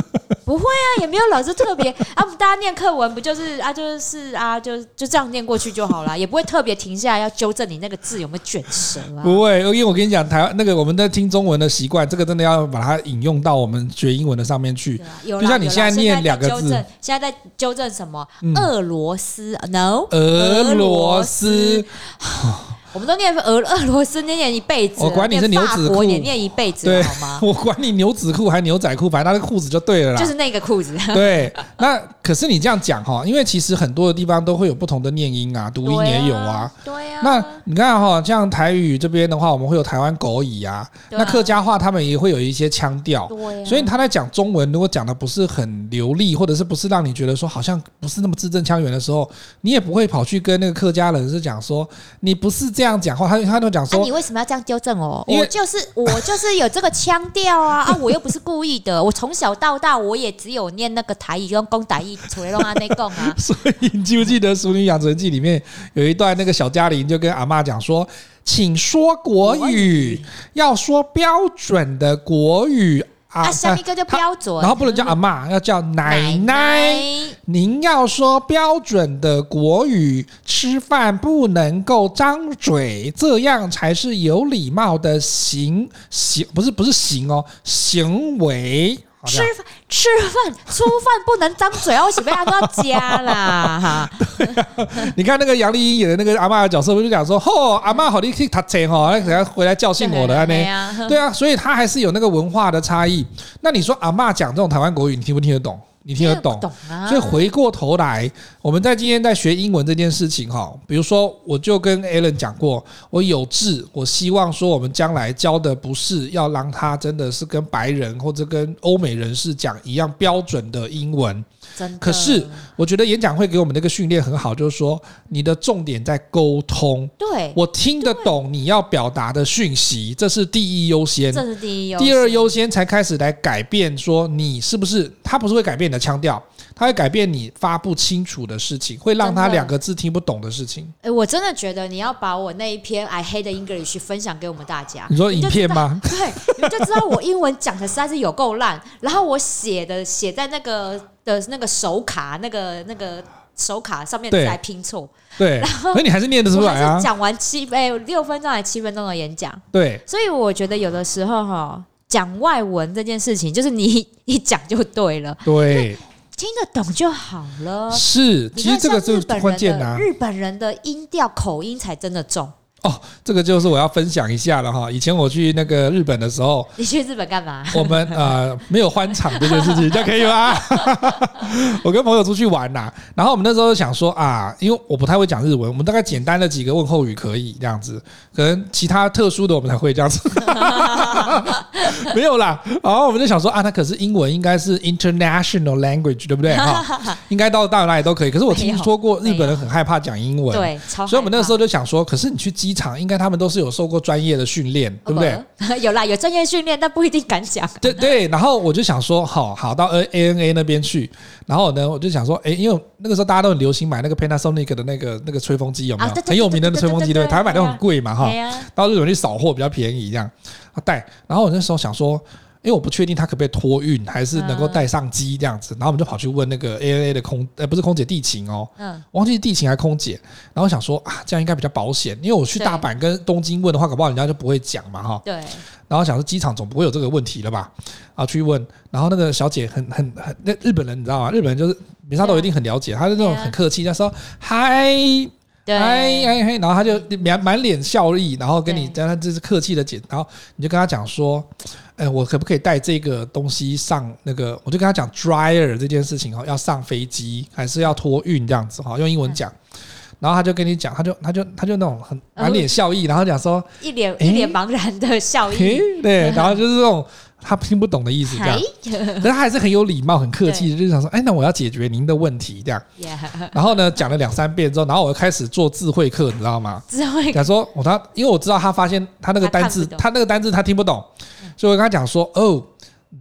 [SPEAKER 1] 不会啊，也没有老师特别 啊，我们大家念课文不就是啊，就是啊，就就这样念过去就好了，也不会特别停下来要纠正你那个字有没有卷舌啊。
[SPEAKER 2] 不会，因为我跟你讲，台湾那个我们在听中文的习惯，这个真的要把它引用到我们学英文的上面去
[SPEAKER 1] 对。啊有啦
[SPEAKER 2] 就像你
[SPEAKER 1] 有啦
[SPEAKER 2] 现在念两个
[SPEAKER 1] 现在在纠
[SPEAKER 2] 字
[SPEAKER 1] 正，现在在纠正什么？
[SPEAKER 2] 嗯
[SPEAKER 1] 俄罗斯？No，呃
[SPEAKER 2] 俄罗斯，
[SPEAKER 1] 我们都念俄俄罗斯念念一辈子了，
[SPEAKER 2] 我管你是
[SPEAKER 1] 念
[SPEAKER 2] 牛仔
[SPEAKER 1] 法国
[SPEAKER 2] 裤
[SPEAKER 1] 也念一辈子
[SPEAKER 2] 对
[SPEAKER 1] 了好 吗？
[SPEAKER 2] 我管你牛仔裤还牛仔裤，反正那个裤子就对了啦。
[SPEAKER 1] 就是那个裤 子，
[SPEAKER 2] 对，那可是你这样讲哈，因为其实很多的地方都会有不同的念音啊，读音也有啊。，
[SPEAKER 1] 对啊。
[SPEAKER 2] 那你看哈，像台语这边的话，我们会有台湾狗语啊，
[SPEAKER 1] 对啊
[SPEAKER 2] 那客家话他们也会有一些腔调。
[SPEAKER 1] 对啊，
[SPEAKER 2] 所以他在讲中文，如果讲的不是很流利，或者是不是让你觉得说好像不是那么字正腔圆的时候，你也不会跑去跟那个客家人是讲说你不是这样讲话，他他都讲
[SPEAKER 1] 啊，
[SPEAKER 2] 说
[SPEAKER 1] 你为什么要这样纠正我？
[SPEAKER 2] 因为。
[SPEAKER 1] 我就是我就是有这个腔调啊啊！我又不是故意的， 我从小到大我也只有念那个台语跟公台语，除了弄阿内贡啊
[SPEAKER 2] 所以你记不记得《熟女养成记》里面有一段，那个小嘉玲就跟阿嬷讲说：“请说国
[SPEAKER 1] 国
[SPEAKER 2] 语，要说标准的国语啊
[SPEAKER 1] 啊，下面
[SPEAKER 2] 呃
[SPEAKER 1] 一个就标准，
[SPEAKER 2] 然后不能叫阿嬷，要叫奶奶。您要说标准的国语，吃饭不能够张嘴，这样才是有礼貌的行行，不是不是行哦，行为。好这
[SPEAKER 1] 吃
[SPEAKER 2] 样
[SPEAKER 1] 饭吃饭吃饭不能张嘴哦，我是被他都要加啦 哈。
[SPEAKER 2] 你看那个杨丽英演的那个阿嬷的角色，不就讲
[SPEAKER 1] 嗯
[SPEAKER 2] 说，吼、阿嬷好，你去读册吼，那等下回来教训我了
[SPEAKER 1] 对
[SPEAKER 2] 呢。
[SPEAKER 1] 啊，
[SPEAKER 2] 对啊，所以她还是有那个文化的差异。那你说阿嬷讲这种台湾国语，你听不听得懂？你听得懂？
[SPEAKER 1] 懂啊。
[SPEAKER 2] 所以回过头来，我们在今天在学英文这件事情哈，比如说我就跟 Alan 讲过，我有志，我希望说我们将来教的不是要让他真的是跟白人或者跟欧美人士讲一样标准的英文，
[SPEAKER 1] 真的
[SPEAKER 2] 可是我觉得演讲会给我们那个训练很好，就是说你的重点在沟通，
[SPEAKER 1] 对，
[SPEAKER 2] 我听得懂你要表达的讯息，这是第一优先。
[SPEAKER 1] 这是第一优先，
[SPEAKER 2] 第二优先才开始来改变，说你是不是他不是会改变你的腔调，他会改变你发不清楚的事情，会让他
[SPEAKER 1] 真的
[SPEAKER 2] 两个字听不懂的事情。
[SPEAKER 1] 哎、我真的觉得你要把我那一篇 I hate English 分享给我们大家。
[SPEAKER 2] 你说
[SPEAKER 1] 就
[SPEAKER 2] 影片吗？
[SPEAKER 1] 知道？ 对，你们就知道我英文讲的实在是有够烂，然后我写的写在那个的那个手卡那个那个手卡上面
[SPEAKER 2] 对
[SPEAKER 1] 字还拼错，
[SPEAKER 2] 对，所以你还是念得出
[SPEAKER 1] 我
[SPEAKER 2] 来
[SPEAKER 1] 还
[SPEAKER 2] 啊
[SPEAKER 1] 是。讲完七哎、六分钟还七分钟的演讲，
[SPEAKER 2] 对，
[SPEAKER 1] 所以我觉得有的时候哈。讲外文这件事情，就是你 一讲就对了，
[SPEAKER 2] 对，
[SPEAKER 1] 听得懂就好了。
[SPEAKER 2] 是，
[SPEAKER 1] 你
[SPEAKER 2] 其实
[SPEAKER 1] 看，
[SPEAKER 2] 这
[SPEAKER 1] 像
[SPEAKER 2] 个
[SPEAKER 1] 日
[SPEAKER 2] 是
[SPEAKER 1] 本
[SPEAKER 2] 关键
[SPEAKER 1] 人
[SPEAKER 2] 的
[SPEAKER 1] 的
[SPEAKER 2] 啊。
[SPEAKER 1] 日本人的音调口音才真的重。
[SPEAKER 2] 哦，这个就是我要分享一下了哈。以前我去那个日本的时候，
[SPEAKER 1] 你去日本干嘛？
[SPEAKER 2] 我们呃没有欢场这件事情，这样可以吗？ 我跟朋友出去玩呐、然后我们那时候想说啊，因为我不太会讲日文，我们大概简单的几个问候语可以这样子，可能其他特殊的我们才会这样子， 没有啦。然后我们就想说啊，那可是英文应该是 international language，对不对？哈，应该到到哪里都可以。可是我听说过日本人很害怕讲英文，
[SPEAKER 1] 对，超
[SPEAKER 2] 所以我们那时
[SPEAKER 1] 候
[SPEAKER 2] 候就想说，可是你去机场，应该他们都是有受过专业的训练，对不
[SPEAKER 1] 哦
[SPEAKER 2] 对？
[SPEAKER 1] 有啦，有专业训练，但不一定敢讲。
[SPEAKER 2] 对对，然后我就想说，好好到 A A N A 那边去，然后呢，我就想说，哎，因为那个时候大家都很流行买那个 Panasonic 的那个那个吹风机，有没有
[SPEAKER 1] 啊对？对
[SPEAKER 2] 很有名的那
[SPEAKER 1] 对对
[SPEAKER 2] 吹风机，
[SPEAKER 1] 对对
[SPEAKER 2] 对，台湾买都很贵嘛，哈
[SPEAKER 1] 对。啊呀，
[SPEAKER 2] 到日本去扫货比较便宜，这样啊带。然后我那时候想说。因为我不确定它可不可以托运，还是能够带上机这样子，然后我们就跑去问那个 A N A 的空，呃，不是空姐地勤哦，
[SPEAKER 1] 嗯，
[SPEAKER 2] 忘记地勤还空姐，然后想说啊，这样应该比较保险，因为我去
[SPEAKER 1] 对
[SPEAKER 2] 大阪跟东京问的话，搞不好人家就不会讲嘛，哈。
[SPEAKER 1] 对，
[SPEAKER 2] 然后想说机场总不会有这个问题了吧？啊，去问，然后那个小姐很很很，那日本人你知道吗？日本人就是米莎都一定很了解，她是那种
[SPEAKER 1] 对啊
[SPEAKER 2] 很客气，她说嗨
[SPEAKER 1] 对，嗯
[SPEAKER 2] 嗨嗨嗨，然后她就满满脸笑意，然后跟你，
[SPEAKER 1] 对
[SPEAKER 2] 但她就是客气的解，然后你就跟她讲说，哎，我可不可以带这个东西上那个？我就跟她讲 dryer 这件事情哦，要上飞机还是要托运这样子哦哈，用英文讲。
[SPEAKER 1] 嗯
[SPEAKER 2] 然后她就跟你讲，她就她就她就那种很
[SPEAKER 1] 呃
[SPEAKER 2] 满脸笑意，然后讲说，
[SPEAKER 1] 一脸
[SPEAKER 2] 诶
[SPEAKER 1] 一脸茫然的笑 意。，
[SPEAKER 2] 嘿
[SPEAKER 1] 哎
[SPEAKER 2] 对，然后就是这种他听不懂的意思，这样
[SPEAKER 1] 嗨，
[SPEAKER 2] 可是他还是很有礼貌、很客气，就想说，哎，那我要解决您的问题，这样。
[SPEAKER 1] Yeah，
[SPEAKER 2] 然后呢，讲了两三遍之后，然后我又开始做智慧课，你知道吗？
[SPEAKER 1] 只会
[SPEAKER 2] 讲说，我他因为我知道他发现他那个单字，
[SPEAKER 1] 他看不懂
[SPEAKER 2] 他那个单字他听不懂，所以我跟他讲说，Oh,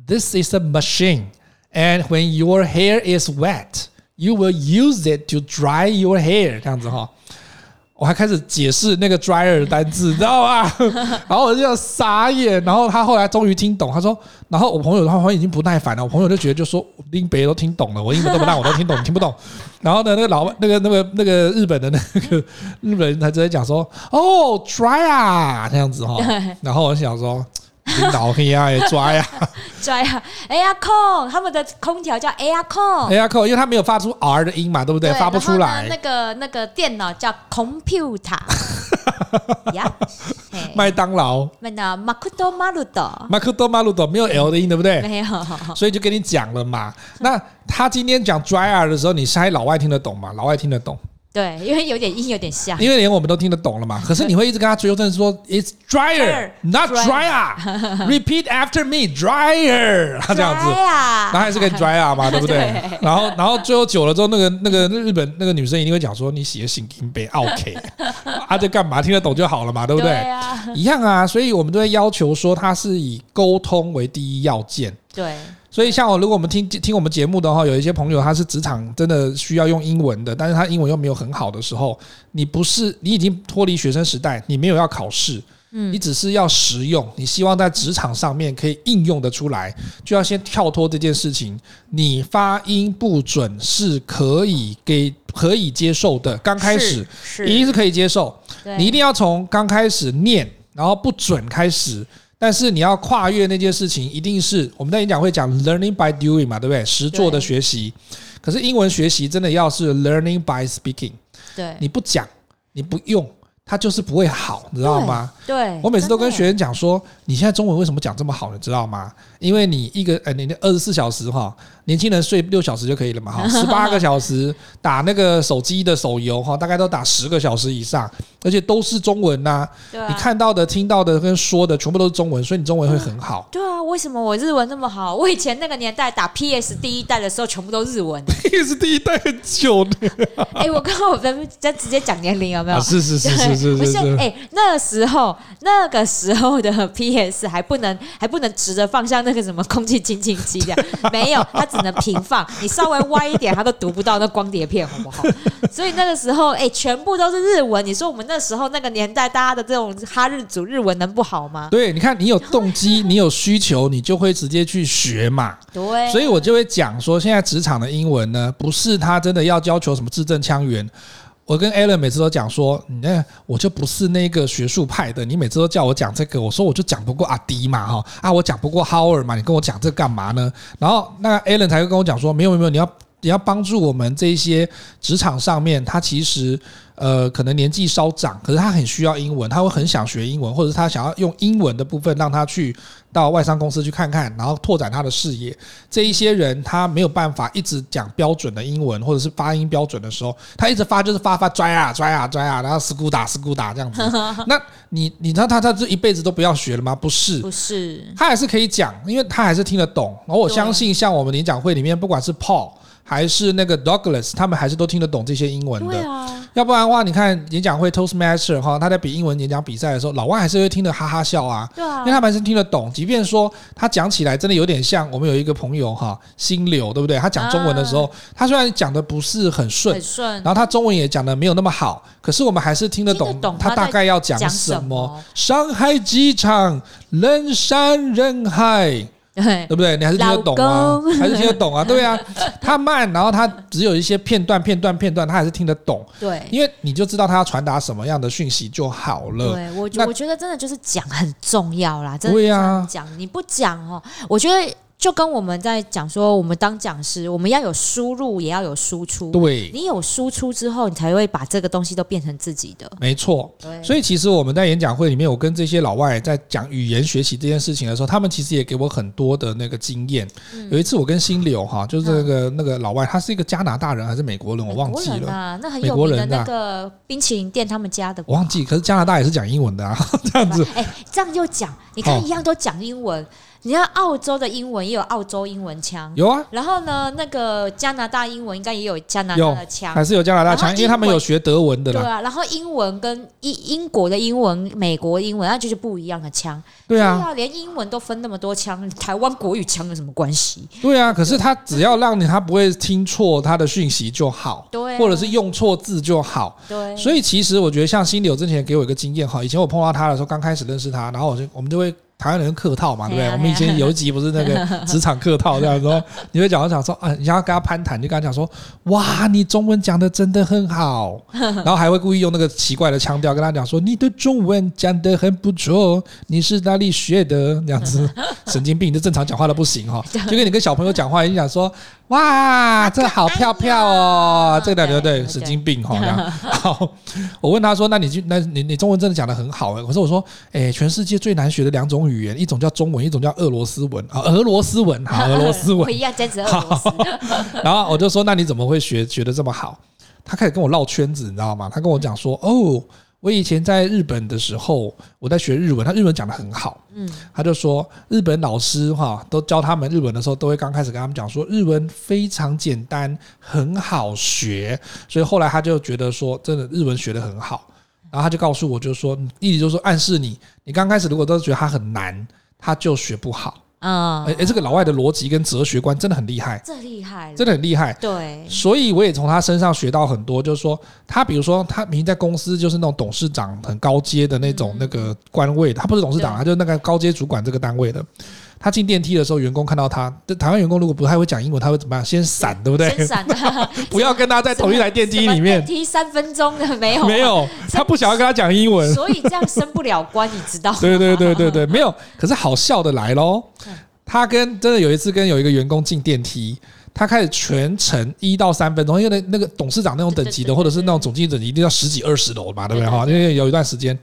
[SPEAKER 2] this is a machine, and when your hair is wet, you will use it to dry your hair，这样子哈。我还开始解释那个 dryer 的单 字，你知道吧？然后我就傻眼，然后他后来终于听懂，他说，然后我朋友他好像已经不耐烦了，我朋友就觉得就说英北都听懂了，我英文都不烂，我都听懂，你听不懂。然后呢，那个老那个那个那个日本的那个日本人，他直接讲说，哦，dryer 这 样子哈、哦，然后我就想说。领导可以啊，抓呀
[SPEAKER 1] 拽啊，air con，他们的空调叫哎 air con，
[SPEAKER 2] ，air c 哎因为他没有发出 r 的音嘛，对不对？发不出
[SPEAKER 1] 哦然后呢
[SPEAKER 2] 来
[SPEAKER 1] 那。个那个电脑叫 computer，呀，嘿
[SPEAKER 2] 麦当劳、
[SPEAKER 1] 那个 makudo marudo
[SPEAKER 2] 麦克多马路都没有 l 的音，对不对？
[SPEAKER 1] 嗯没有，嗯
[SPEAKER 2] 所以就跟你讲了嘛。那他今天讲 dryer 的时候，你猜老外听得懂吗？老外听得懂，
[SPEAKER 1] 对，因为有点硬，有点像，
[SPEAKER 2] 因为连我们都听得懂了嘛。可是你会一直跟他纠正说，it's
[SPEAKER 1] Dryer,
[SPEAKER 2] dryer not
[SPEAKER 1] dryer
[SPEAKER 2] dryer，repeat after me dryer，他这 样子。然后
[SPEAKER 1] 呀，
[SPEAKER 2] 还是可以 dry up 嘛，对不对？
[SPEAKER 1] 啊对
[SPEAKER 2] 然后，然后最后久了之后，那个那个日本那个女生一定会讲说：“你写醒金杯 OK，啊，这干嘛？听得懂就好了嘛，对不对？”
[SPEAKER 1] 呀，
[SPEAKER 2] 一样啊，所以我们都会要求说，它是以沟通为第一要件。
[SPEAKER 1] 对，
[SPEAKER 2] 所以，像我如果我们听听我们节目的话，有一些朋友他是职场真的需要用英文的，但是他英文又没有很好的时候，你不是你已经脱离学生时代，你没有要考试，
[SPEAKER 1] 嗯
[SPEAKER 2] 你只是要实用，你希望在职场上面可以应用得出来，就要先跳脱这件事情。你发音不准是可以给可以接受的，刚开始
[SPEAKER 1] 是
[SPEAKER 2] 一定是可以接受，你一定要从刚开始念，然后不准开始。但是你要跨越那件事情，一定是我们在演讲会讲 learning by doing 嘛，对不对？实做的
[SPEAKER 1] 对
[SPEAKER 2] 学习。可是英文学习真的要是 learning by speaking，
[SPEAKER 1] 对
[SPEAKER 2] 你不讲，你不用，它就是不会好，你知道吗？
[SPEAKER 1] 对，
[SPEAKER 2] 我每次都跟
[SPEAKER 1] 哎真的
[SPEAKER 2] 学员讲说，你现在中文为什么讲这么好，你知道吗？因为你一个呃，你的二十四小时哈，年轻人睡六小时就可以了 嘛，哈，十八个小时打那个手机的手游哈，大概都打十个小时以上，而且都是中文呐、
[SPEAKER 1] 对啊
[SPEAKER 2] 你看到的、听到的跟说的全部都是中文，所以你中文会 很好。
[SPEAKER 1] 对啊，为什么我日文那么好？我以前那个年代打 PS 第一代的时候，全部都日 文。
[SPEAKER 2] 也是第一代很久的，
[SPEAKER 1] 哎、我刚刚我在在直接讲年龄有没有？
[SPEAKER 2] 啊是是是是是
[SPEAKER 1] 不
[SPEAKER 2] 是
[SPEAKER 1] 是
[SPEAKER 2] 是
[SPEAKER 1] 哎、那个时候那个时候的 PS 还不能还不能直着放，像那个什么空气清净机 这样，没有，它只能平放，你稍微歪一点，它都读不到那光碟片，好不 好？所以那个时候，哎、全部都是日文。你说我们那时候那个年代，大家的这种哈日族日文能不好吗？
[SPEAKER 2] 对，你看你有动 机，你有需求，你就会直接去学嘛。
[SPEAKER 1] 对，
[SPEAKER 2] 所以我就会讲说，现在职场的英文呢，不是他真的要要求什么字正腔圆。我跟 Alan 每次都讲说，你那我就不是那个学术派的，你每次都叫我讲这个，我说我就讲不过阿迪嘛，哈啊，我讲不过 Howard 嘛，你跟我讲这干嘛呢？然后那个 Alan 才会跟我讲说，没有没有，你要你要帮助我们这一些职场上面，他其实呃可能年纪稍长，可是他很需要英文，他会很想学英文，或者是他想要用英文的部分让他去到外商公司去看看，然后拓展他的视野。这一些人他没有办法一直讲标准的英文或者是发音标准的时候，他一直发就是发发拽啊拽啊拽啊，然后斯咕打斯咕打这样子。那你你知道他他这一辈子都不要学了吗？不是。
[SPEAKER 1] 不是
[SPEAKER 2] 他还是可以讲，因为他还是听得懂。然后我
[SPEAKER 1] 对
[SPEAKER 2] 相信，像我们演讲会里面，不管是 Paul 还是那个 Douglas，他们还是都听得懂这些英文的。
[SPEAKER 1] 对啊，
[SPEAKER 2] 要不然的话，你看演讲会 Toastmaster 哈，他在比英文演讲比赛的时候，老外还是会听得哈哈笑啊，
[SPEAKER 1] 对啊
[SPEAKER 2] 因为，他们还是听得懂。即便说他讲起来真的有点像我们有一个朋友哈，心流对不对？他讲中文的时候，他虽然讲的不是很
[SPEAKER 1] 啊
[SPEAKER 2] 顺
[SPEAKER 1] 很，顺
[SPEAKER 2] 然。后他中文也讲的没有那么好，可是我们还是听得懂
[SPEAKER 1] 听得懂
[SPEAKER 2] 他
[SPEAKER 1] 他
[SPEAKER 2] 大
[SPEAKER 1] 在
[SPEAKER 2] 概要讲
[SPEAKER 1] 讲
[SPEAKER 2] 什
[SPEAKER 1] 什
[SPEAKER 2] 么
[SPEAKER 1] 么。
[SPEAKER 2] 上海机场人山人海。
[SPEAKER 1] 对
[SPEAKER 2] 对不对？你还是听得懂啊
[SPEAKER 1] 老，公
[SPEAKER 2] 还是听得懂啊？对啊，他慢，然后他只有一些片段、片段、片段，他还是听得懂，
[SPEAKER 1] 对
[SPEAKER 2] 因为你就知道他要传达什么样的讯息就好了。
[SPEAKER 1] 对，我
[SPEAKER 2] 那
[SPEAKER 1] 觉我觉得真的就是讲很重要啦，真的
[SPEAKER 2] 对
[SPEAKER 1] 就
[SPEAKER 2] 呀
[SPEAKER 1] 像你讲，你不讲哦，我觉得就跟我们在讲说，我们当讲师，我们要有输入，也要有输出。
[SPEAKER 2] 对，
[SPEAKER 1] 你有输出之后，你才会把这个东西都变成自己的。
[SPEAKER 2] 没错。
[SPEAKER 1] 对，
[SPEAKER 2] 所以其实我们在演讲会里面，我跟这些老外在讲语言学习这件事情的时候，他们其实也给我很多的那个经验。
[SPEAKER 1] 嗯
[SPEAKER 2] 有一次我跟新柳哈，就是那个那个老外，他是一个加拿大人还是美国哎人，我忘记
[SPEAKER 1] 美国人
[SPEAKER 2] 了。
[SPEAKER 1] 啊，那很
[SPEAKER 2] 美
[SPEAKER 1] 有
[SPEAKER 2] 国
[SPEAKER 1] 名的
[SPEAKER 2] 人的啊
[SPEAKER 1] 那个冰淇淋店，他们家的
[SPEAKER 2] 我忘 记，可是加拿大也是讲英文的啊，这样子。
[SPEAKER 1] 哎，这样就讲，你
[SPEAKER 2] 哦
[SPEAKER 1] 看一样都讲英文，你看澳洲的英文也有澳洲英文腔，
[SPEAKER 2] 有啊，
[SPEAKER 1] 然后呢，那个加拿大英文应该也有加拿大
[SPEAKER 2] 有
[SPEAKER 1] 的腔，啊
[SPEAKER 2] 还是有加拿大
[SPEAKER 1] 然后
[SPEAKER 2] 腔，
[SPEAKER 1] 英
[SPEAKER 2] 因为他们
[SPEAKER 1] 文
[SPEAKER 2] 有学德文的
[SPEAKER 1] 对
[SPEAKER 2] 啦。
[SPEAKER 1] 啊。然后英文跟英英国的英文、美国英文，那就是不一样的腔。
[SPEAKER 2] 对啊，
[SPEAKER 1] 对啊，连英文都分那么多腔，台湾国语腔有什么关系？
[SPEAKER 2] 对啊，可是他只要让你他不会听错他的讯息就好，
[SPEAKER 1] 对啊啊
[SPEAKER 2] 或者是啊用错字就好。
[SPEAKER 1] 对，
[SPEAKER 2] 所以其实我觉得，像新柳之前给我一个经验哈，以前我碰到他的时候，刚开始认识他，然后我就我们就会台湾人客套嘛，对不
[SPEAKER 1] 嘿
[SPEAKER 2] 对？
[SPEAKER 1] 啊
[SPEAKER 2] 我们以前有一集不是那个职场客套这样说，你会讲讲说啊，你想要跟他攀谈，就跟他讲说，哇，你中文讲的真的很好，然后还会故意用那个奇怪的腔调跟他讲说，你的中文讲的很不错，你是哪里学的？这样子，神经病，你这正常讲话都不行哈，就跟你跟小朋友讲话，你想说，哇，这好漂漂哦，这
[SPEAKER 1] 可
[SPEAKER 2] 个
[SPEAKER 1] 爱
[SPEAKER 2] 对
[SPEAKER 1] 呀
[SPEAKER 2] 对，
[SPEAKER 1] 对
[SPEAKER 2] 神经病哈，这样。好，我问他说：“那你就那你你中文真的讲的很好哎、可是我说：“哎、全世界最难学的两种语言，一种叫中文，一种叫俄罗斯文啊，俄罗斯文好，俄罗斯
[SPEAKER 1] 不
[SPEAKER 2] 文。
[SPEAKER 1] 一样，坚持俄罗斯。
[SPEAKER 2] 然后我就说：“那你怎么会学学的这么好？”他开始跟我绕圈子，你知道吗？他跟我讲说：“哦，我以前在日本的时候，我在学日文，他日文讲的很好。”
[SPEAKER 1] 嗯，
[SPEAKER 2] 他就说日本老师哈都教他们日文的时候，都会刚开始跟他们讲说日文非常简单，很好学，所以后来他就觉得说真的日文学得很好，然后他就告诉我就说意思就是说暗示你，你刚开始如果都觉得它很难，他就学不好。
[SPEAKER 1] 啊
[SPEAKER 2] 哎、，哎，这个老外的逻辑跟哲学观真的很厉害，
[SPEAKER 1] 这厉害了，
[SPEAKER 2] 真的很厉害。
[SPEAKER 1] 对，
[SPEAKER 2] 所以我也从他身上学到很多，就是说他，比如说他明明在公司就是那种董事长很高阶的那种那个官位的，他不是董事长，
[SPEAKER 1] 对
[SPEAKER 2] 他就是那个高阶主管这个单位的。他进电梯的时候，员工看到他，这台湾员工如果不太会讲英文，他会怎么样？先闪，对不对？
[SPEAKER 1] 先闪
[SPEAKER 2] 不要跟他在同一台电梯里
[SPEAKER 1] 啊什么电
[SPEAKER 2] 面，
[SPEAKER 1] 梯三分钟的没有，啊
[SPEAKER 2] 没有，他不想要跟他讲英文。
[SPEAKER 1] 所以这样升不了官，你知道？
[SPEAKER 2] 对对对对对，没有。可是好笑的来喽
[SPEAKER 1] 嗯，
[SPEAKER 2] 他跟真的有一次跟有一个员工进电梯，他开始全程一到三分钟，因为那那个董事长那种等级
[SPEAKER 1] 对
[SPEAKER 2] 的，
[SPEAKER 1] 对对
[SPEAKER 2] 或者是那种总经理等级，一定要十几二十楼嘛，对不对
[SPEAKER 1] 对对
[SPEAKER 2] 哈？因为有一段时间，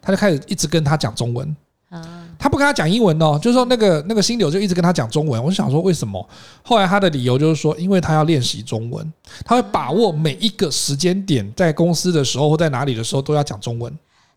[SPEAKER 2] 他就开始一直跟他讲中文。
[SPEAKER 1] 啊，
[SPEAKER 2] 他不跟他讲英文哦，就是说那个那个新柳就一直跟他讲中文，我就想说为什么？后来他的理由就是说，因为他要练习中文，他会把握每一个时间点，在公司的时候或在哪里的时候都要讲中文。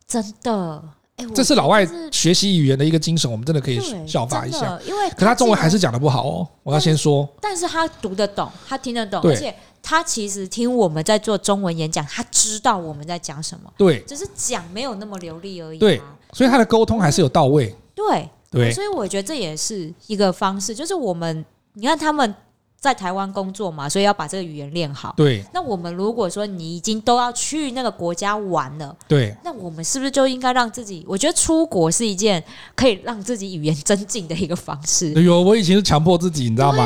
[SPEAKER 1] 真的，哎，我
[SPEAKER 2] 这是老外
[SPEAKER 1] 真的是
[SPEAKER 2] 学习语言的一个精神，我们真的可以
[SPEAKER 1] 对
[SPEAKER 2] 效法一
[SPEAKER 1] 真
[SPEAKER 2] 下。
[SPEAKER 1] 的因为
[SPEAKER 2] 可他中文还
[SPEAKER 1] 是，
[SPEAKER 2] 是讲的不好哦，我要先说，
[SPEAKER 1] 但是他读得懂，他听得懂，
[SPEAKER 2] 对
[SPEAKER 1] 而且他其实听我们在做中文演讲，他知道我们在讲什么，
[SPEAKER 2] 对
[SPEAKER 1] 只是讲没有那么流利而已
[SPEAKER 2] 对
[SPEAKER 1] 嘛。，
[SPEAKER 2] 所以他的沟通还是有到位，
[SPEAKER 1] 对，
[SPEAKER 2] 对
[SPEAKER 1] 所以我觉得这也是一个方式，就是我们你看他们在台湾工作嘛，所以要把这个语言练好。
[SPEAKER 2] 对
[SPEAKER 1] 那我们如果说你已经都要去那个国家玩了，
[SPEAKER 2] 对
[SPEAKER 1] 那我们是不是就应该让自己？我觉得出国是一件可以让自己语言增进的一个方式。
[SPEAKER 2] 有哎我以前是强迫自己，你知道吗？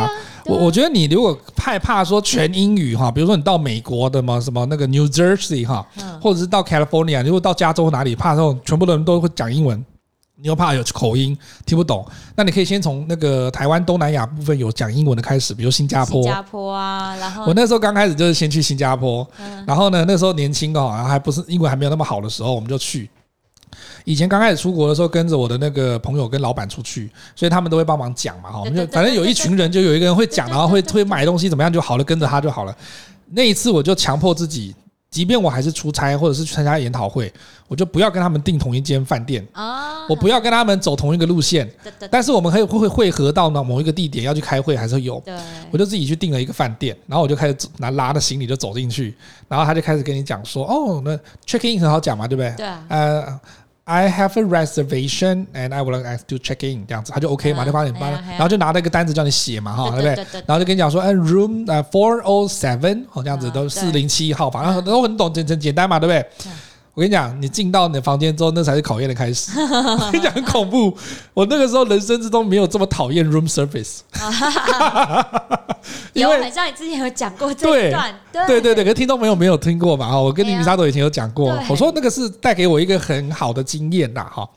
[SPEAKER 1] 对啊
[SPEAKER 2] 我我觉得你如果害怕说全英语哈，比如说你到美国的嘛，什么那个 New Jersey 哈，
[SPEAKER 1] 嗯，
[SPEAKER 2] 或者是到 California，如果到加州哪里，怕这种全部的人都会讲英文，你又怕有口音听不懂，那你可以先从那个台湾东南亚部分有讲英文的开始，比如新加坡
[SPEAKER 1] 新。加坡啊，然后
[SPEAKER 2] 我那时候刚开始就是先去新加坡，
[SPEAKER 1] 嗯
[SPEAKER 2] 然后呢，那时候年轻哦，然后还不是英文还没有那么好的时候，我们就去。以前刚开始出国的时候，跟着我的那个朋友跟老板出去，所以他们都会帮忙讲嘛，哈，我们就
[SPEAKER 1] 对对对
[SPEAKER 2] 反正有一群人，就有一个人会讲，
[SPEAKER 1] 对对对
[SPEAKER 2] 然后会
[SPEAKER 1] 对对
[SPEAKER 2] 会买东西怎么样就好了，跟着他就好了。那一次我就强迫自己，即便我还是出差或者是参加研讨会，我就不要跟他们订同一间饭店，
[SPEAKER 1] 啊，
[SPEAKER 2] 我不要跟他们走同一个路线，
[SPEAKER 1] 对对
[SPEAKER 2] 但是我们可以会会汇合到呢某一个地点要去开会，还是有。
[SPEAKER 1] 对，
[SPEAKER 2] 我就自己去订了一个饭店，然后我就开始走拿拉着行李就走进去，然后他就开始跟你讲说，哦，那 check in 很好讲嘛，对不对？
[SPEAKER 1] 对啊
[SPEAKER 2] 呃、i have a reservation and I would like to check in，这样子他就 OK 嘛，
[SPEAKER 1] 嗯
[SPEAKER 2] 就帮你
[SPEAKER 1] 哎呀
[SPEAKER 2] 帮你，
[SPEAKER 1] 哎呀
[SPEAKER 2] 然后就拿了一个单子叫你写嘛，哈，
[SPEAKER 1] 对
[SPEAKER 2] 对不
[SPEAKER 1] 对
[SPEAKER 2] 对？
[SPEAKER 1] 对对
[SPEAKER 2] 然后就跟你讲说，哎，room 呃 four o seven，哦，这样子
[SPEAKER 1] 嗯
[SPEAKER 2] 都
[SPEAKER 1] 对
[SPEAKER 2] 四零七号房，然后都很懂，简简简单嘛，对不对
[SPEAKER 1] 嗯？
[SPEAKER 2] 我跟你讲，你进到你的房间之后，那才是考验的开始。 我跟你讲，很恐怖。我那个时候人生之中没有这么讨厌 room service，因
[SPEAKER 1] 有
[SPEAKER 2] 为
[SPEAKER 1] 很像你之前有讲过这
[SPEAKER 2] 对
[SPEAKER 1] 一段，对
[SPEAKER 2] 对对对，可是听众朋友没有听过嘛哦哈，我跟
[SPEAKER 1] 哎
[SPEAKER 2] 你
[SPEAKER 1] 呀
[SPEAKER 2] 米沙朵以前有讲过
[SPEAKER 1] 对，
[SPEAKER 2] 我说那个是带给我一个很好的经验呐哈，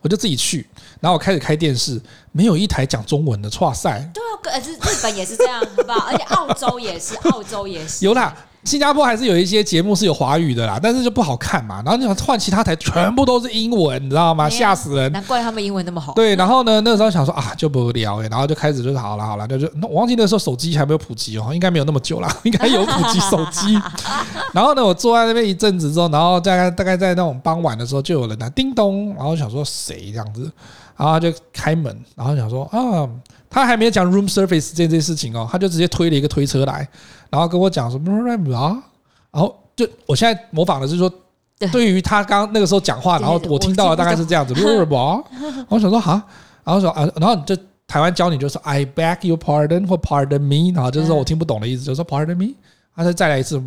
[SPEAKER 2] 我就自己去，然后我开始开电视，没有一台讲中文的，哇塞，
[SPEAKER 1] 对啊，呃，日日本也是这样，好不好？而且澳洲也是，澳洲也是，
[SPEAKER 2] 有啦。新加坡还是有一些节目是有华语的啦，但是就不好看嘛。然后你想换其他台，全部都是英文，你知道吗？
[SPEAKER 1] 哎呀
[SPEAKER 2] 吓死人！
[SPEAKER 1] 难怪他们英文那么好。
[SPEAKER 2] 对，然后呢，那时候想说啊，就不聊哎、然后就开始就是好了好了，那就那我忘记那时候手机还没有普及哦，应该没有那么久了， 应该有普及手机。然后呢，我坐在那边一阵子之后，然后大概大概在那种傍晚的时候，就有人来叮咚，然后想说谁这样子，然后他就开门，然后想说啊，他还没有讲 room service 这件事情哦，他就直接推了一个推车来，然后跟我讲什么啊，然后就我现在模仿的是说
[SPEAKER 1] 对。
[SPEAKER 2] 对于他刚那个时候讲话，
[SPEAKER 1] 对
[SPEAKER 2] 然后
[SPEAKER 1] 对
[SPEAKER 2] 我
[SPEAKER 1] 我
[SPEAKER 2] 听到
[SPEAKER 1] 听
[SPEAKER 2] 的
[SPEAKER 1] 不
[SPEAKER 2] 大概是这样子，啊，然后想说哈，然后说啊，然后你就台湾教你就说 I beg your pardon 或 pardon me，然后就是
[SPEAKER 1] 嗯
[SPEAKER 2] 说我听不懂的意思，就说 pardon me，他再再来一次，啊，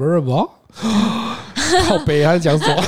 [SPEAKER 2] 靠北，他在讲 什么？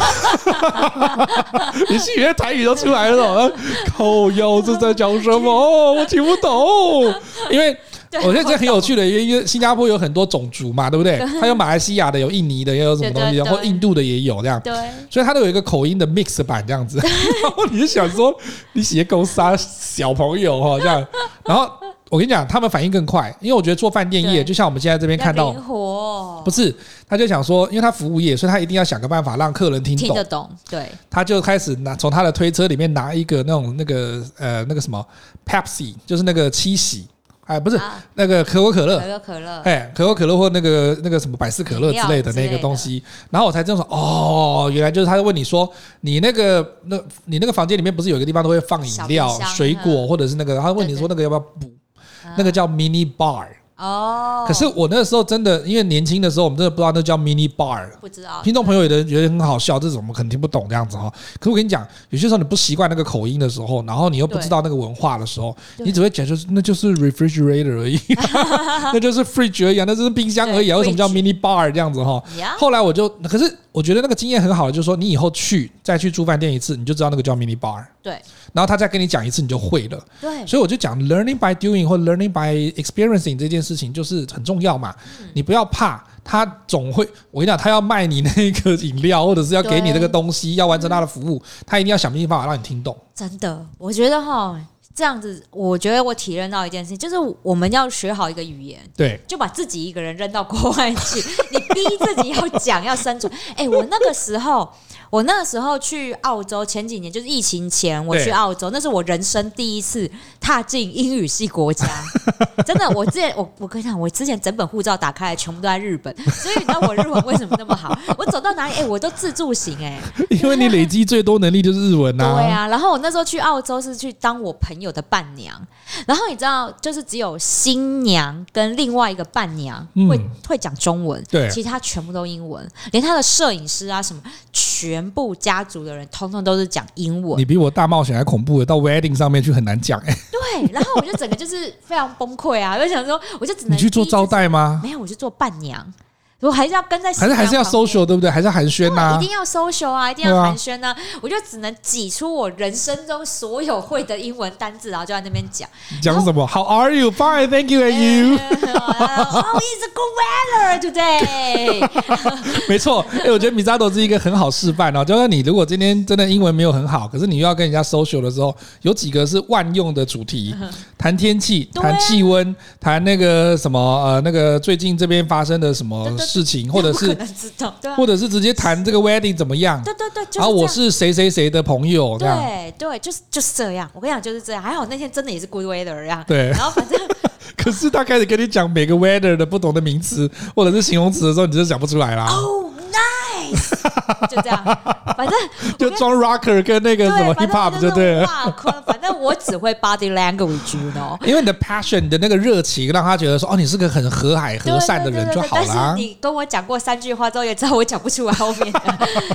[SPEAKER 2] 你是以为台语都出来了吗？靠腰，这在讲什 么？哦我听不懂。因为
[SPEAKER 1] 对
[SPEAKER 2] 我觉得这很有趣的，因为因为新加坡有很多种族嘛，对 不对？它有马来西亚的，有印尼的，也有什么东西，
[SPEAKER 1] 对对
[SPEAKER 2] 然
[SPEAKER 1] 对
[SPEAKER 2] 后印度的也有这样。
[SPEAKER 1] 对，
[SPEAKER 2] 所以它都有一个口音的 mix 版这样 子，然后你就想说你写勾杀小朋友哈、哦、这样，然后我跟你讲，他们反应更快，因为我觉得做饭店业
[SPEAKER 1] 对
[SPEAKER 2] 就像我们现在这边看
[SPEAKER 1] 要
[SPEAKER 2] 到，
[SPEAKER 1] 灵活
[SPEAKER 2] 不是他就想说，因为他服务业，所以他一定要想个办法让客人听
[SPEAKER 1] 听
[SPEAKER 2] 懂，
[SPEAKER 1] 得懂，对，
[SPEAKER 2] 他就开始拿从他的推车里面拿一个那种那个呃那个什么 Pepsi，就是那个七喜，哎不是、
[SPEAKER 1] 啊
[SPEAKER 2] 那个可口可乐
[SPEAKER 1] 可，乐可乐，
[SPEAKER 2] 哎可口可乐或那个那个什么百事可乐
[SPEAKER 1] 饮料
[SPEAKER 2] 之类的
[SPEAKER 1] 之
[SPEAKER 2] 那
[SPEAKER 1] 类
[SPEAKER 2] 个
[SPEAKER 1] 的
[SPEAKER 2] 东西，然后我才这样说哦，原来就是他问你说你那个那你那个房间里面不是有一个地方都会放饮
[SPEAKER 1] 小冰
[SPEAKER 2] 料、
[SPEAKER 1] 箱
[SPEAKER 2] 水果
[SPEAKER 1] 嗯
[SPEAKER 2] 或者是那个，他问你说那个要不要补，
[SPEAKER 1] 啊
[SPEAKER 2] 那个叫 mini bar，
[SPEAKER 1] 哦，
[SPEAKER 2] 可是我那时候真的因为年轻的时候我们真的不知道那叫 mini bar，
[SPEAKER 1] 不知道
[SPEAKER 2] 听众朋友有的人觉得很好笑，这种我们可能听不懂这样子哈。可是我跟你讲，有些时候你不习惯那个口音的时候，然后你又不知道那个文化的时候，
[SPEAKER 1] 对
[SPEAKER 2] 你只会觉得就是那就是 refrigerator 而已，那就是 fridge 而已啊，那就是冰箱而已啊，
[SPEAKER 1] 对
[SPEAKER 2] 为什么叫
[SPEAKER 1] fridge
[SPEAKER 2] mini bar 这样子哈？
[SPEAKER 1] 呀，
[SPEAKER 2] 后来我就，可是我觉得那个经验很好，就是说你以后去再去住饭店一次，你就知道那个叫 mini bar，
[SPEAKER 1] 对
[SPEAKER 2] 然后他再跟你讲一次，你就会了。
[SPEAKER 1] 对
[SPEAKER 2] 所以我就讲 learning by doing 或 learning by experiencing 这件事情就是很重要嘛，
[SPEAKER 1] 嗯
[SPEAKER 2] 你不要怕。他总会，我跟你讲，他要卖你那个饮料，或者是要给
[SPEAKER 1] 对
[SPEAKER 2] 你这个东西，要完成他的服务，
[SPEAKER 1] 嗯
[SPEAKER 2] 他一定要想尽办法让你听懂。
[SPEAKER 1] 真的，我觉得哈，这样子，我觉得我体认到一件事情，就是我们要学好一个语言。
[SPEAKER 2] 对，
[SPEAKER 1] 就把自己一个人扔到国外去， 你逼自己要讲要生存。哎、我那个时候，我那个时候去澳洲，前几年就是疫情前，我去
[SPEAKER 2] 对
[SPEAKER 1] 澳洲，那是我人生第一次踏进英语系国家。 真的，我之前我我跟你讲，我之前整本护照打开来，全部都在日本，所以你知道我日文为什么那么好？我走到哪里，哎、我都自助型、哎，
[SPEAKER 2] 因为你累积最多能力就是日文呐、
[SPEAKER 1] 对啊，然后我那时候去澳洲是去当我朋友的伴娘，然后你知道，就是只有新娘跟另外一个伴娘
[SPEAKER 2] 嗯
[SPEAKER 1] 会、会讲中文，
[SPEAKER 2] 对
[SPEAKER 1] 其他全部都英文，连他的摄影师啊什么，全部家族的人通通都是讲英文
[SPEAKER 2] 你。比我大冒险还恐怖的，到 wedding 上面去很 难讲、哎，
[SPEAKER 1] 对，然后我就整个就是非常崩溃啊，我就想说，我就只能
[SPEAKER 2] 你去做
[SPEAKER 1] 逼
[SPEAKER 2] 招
[SPEAKER 1] 自己，
[SPEAKER 2] 待吗？
[SPEAKER 1] 没有，我就做伴娘，我还是要跟在新
[SPEAKER 2] 还是还是要
[SPEAKER 1] 娘旁边
[SPEAKER 2] social 对不对？还是要寒暄呐、
[SPEAKER 1] 啊一定要 social 啊，一定
[SPEAKER 2] 对
[SPEAKER 1] 要
[SPEAKER 2] 啊
[SPEAKER 1] 寒暄呢、我就只能挤出我人生中所有会的英文单字，然后就在那边讲。
[SPEAKER 2] 讲什么？How are you? Fine, thank you. And you？
[SPEAKER 1] Oh, it's a good weather today 。
[SPEAKER 2] 没错，哎、我觉得米扎朵是一个很好示范哦。就是你如果今天真的英文没有很好，可是你又要跟人家 social 的时候，有几个是万用的主题，谈天气、
[SPEAKER 1] 嗯对啊
[SPEAKER 2] 谈气温、谈那个什么呃那个最近这边发生的什么事情，或者
[SPEAKER 1] 不可
[SPEAKER 2] 是
[SPEAKER 1] 能知道，对、啊
[SPEAKER 2] 或，者是直接谈这个 wedding 怎么样，
[SPEAKER 1] 对对对，就是这
[SPEAKER 2] 然
[SPEAKER 1] 样。
[SPEAKER 2] 后我是谁谁谁的朋友这样，
[SPEAKER 1] 对对，就是就是这样。我跟你讲，就是这样。还好那天真的也是 good weather 呀。
[SPEAKER 2] 对。
[SPEAKER 1] 然后反正
[SPEAKER 2] 可是他开始跟你讲每个 weather 的不同的名词或者是形容词的时候，你就讲不出来啦。
[SPEAKER 1] oh nice，就这样。反正
[SPEAKER 2] 就装 rocker 跟那个什么
[SPEAKER 1] 对，
[SPEAKER 2] hip
[SPEAKER 1] 反
[SPEAKER 2] hop
[SPEAKER 1] 正
[SPEAKER 2] 就对了。
[SPEAKER 1] 哇靠反正我只会 body language，you know。
[SPEAKER 2] 因为你的 passion，你的那个热情，让他觉得说，哦，你是个很和蔼
[SPEAKER 1] 对
[SPEAKER 2] 和善的
[SPEAKER 1] 对对
[SPEAKER 2] 人
[SPEAKER 1] 对
[SPEAKER 2] 就
[SPEAKER 1] 对
[SPEAKER 2] 好啦
[SPEAKER 1] 但是。你跟我讲过三句话之后，也知道我讲不出来后面的，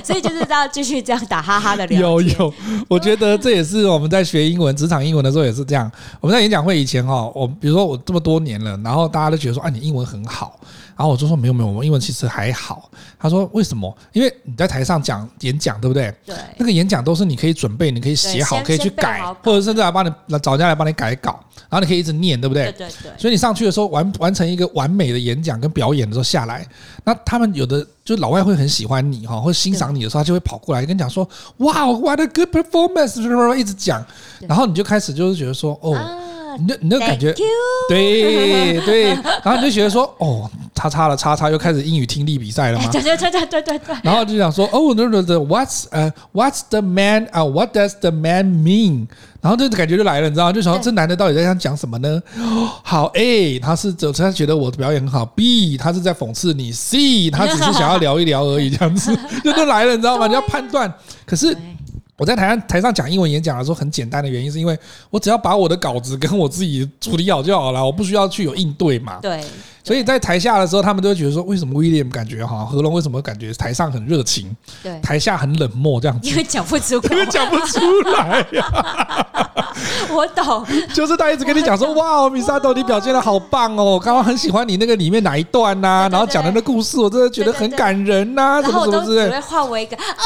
[SPEAKER 1] 所以就是要继续这样打哈哈的聊
[SPEAKER 2] 有
[SPEAKER 1] 天。
[SPEAKER 2] 有，我觉得这也是我们在学英文、职场英文的时候也是这样。我们在演讲会以前哈、哦，我比如说我这么多年了，然后大家都觉得说，啊，你英文很好，然后我就说没有没有，我英文其实还好。他说为什么？因为你在台上讲演讲，对不对？
[SPEAKER 1] 对
[SPEAKER 2] 那个演讲都是你可以准备，你可以写好，
[SPEAKER 1] 先
[SPEAKER 2] 可以去
[SPEAKER 1] 先备
[SPEAKER 2] 改
[SPEAKER 1] 好稿，
[SPEAKER 2] 或者甚至来帮你找人家来帮你改稿，然后你可以一直念，对不对
[SPEAKER 1] 对？对对，
[SPEAKER 2] 所以你上去的时候完完成一个完美的演讲跟表演的时候下来，那他们有的就老外会很喜欢你哈，或者欣赏你的时候，他就会跑过来跟你讲说：“哇，what a good performance！” 一直讲，
[SPEAKER 1] 对
[SPEAKER 2] 然后你就开始就是觉得说：“哦，
[SPEAKER 1] 啊
[SPEAKER 2] 你就你就 感觉
[SPEAKER 1] Thank you
[SPEAKER 2] 对对。”然后你就觉得说：“哦，叉叉了叉叉，又开始英语听力比赛了吗？”
[SPEAKER 1] 对对对对对对对，
[SPEAKER 2] 然后就想说，哦，no no no, what's 呃、what's the man 啊、w h a t does the man mean？然后这感觉就来了，你知道吗？就想说
[SPEAKER 1] 对
[SPEAKER 2] 这男的到底在想讲什么呢？好 A，他是走他觉得我的表演很好；B，他是在讽刺你；C，他只是想要聊一聊而已，这样子就都来了，你知道吗？你要判断。可是
[SPEAKER 1] 对
[SPEAKER 2] 我我在台上台上讲英文演讲的时候，很简单的原因是因为我只要把我的稿子跟我自己处理好就好了，我不需要去有应对嘛。
[SPEAKER 1] 对，
[SPEAKER 2] 所以在台下的时候，他们都会觉得说，为什么 William 感觉哈何龙为什么感觉台上很热情，
[SPEAKER 1] 对，
[SPEAKER 2] 台下很冷漠这样子？
[SPEAKER 1] 因 为讲不出口
[SPEAKER 2] 因，为讲不出来 呀、
[SPEAKER 1] 我懂，
[SPEAKER 2] 就是他一直跟你讲说，哇哦，米沙豆，你表现的好棒哦，我刚刚很喜欢你那个里面哪一段呐、
[SPEAKER 1] 对对对
[SPEAKER 2] 然后讲的那故事，我真的觉得很感人呐、
[SPEAKER 1] 然
[SPEAKER 2] 什
[SPEAKER 1] 后
[SPEAKER 2] 么
[SPEAKER 1] 我
[SPEAKER 2] 什
[SPEAKER 1] 都
[SPEAKER 2] 么之类
[SPEAKER 1] 只
[SPEAKER 2] 的。
[SPEAKER 1] 会换为一个哦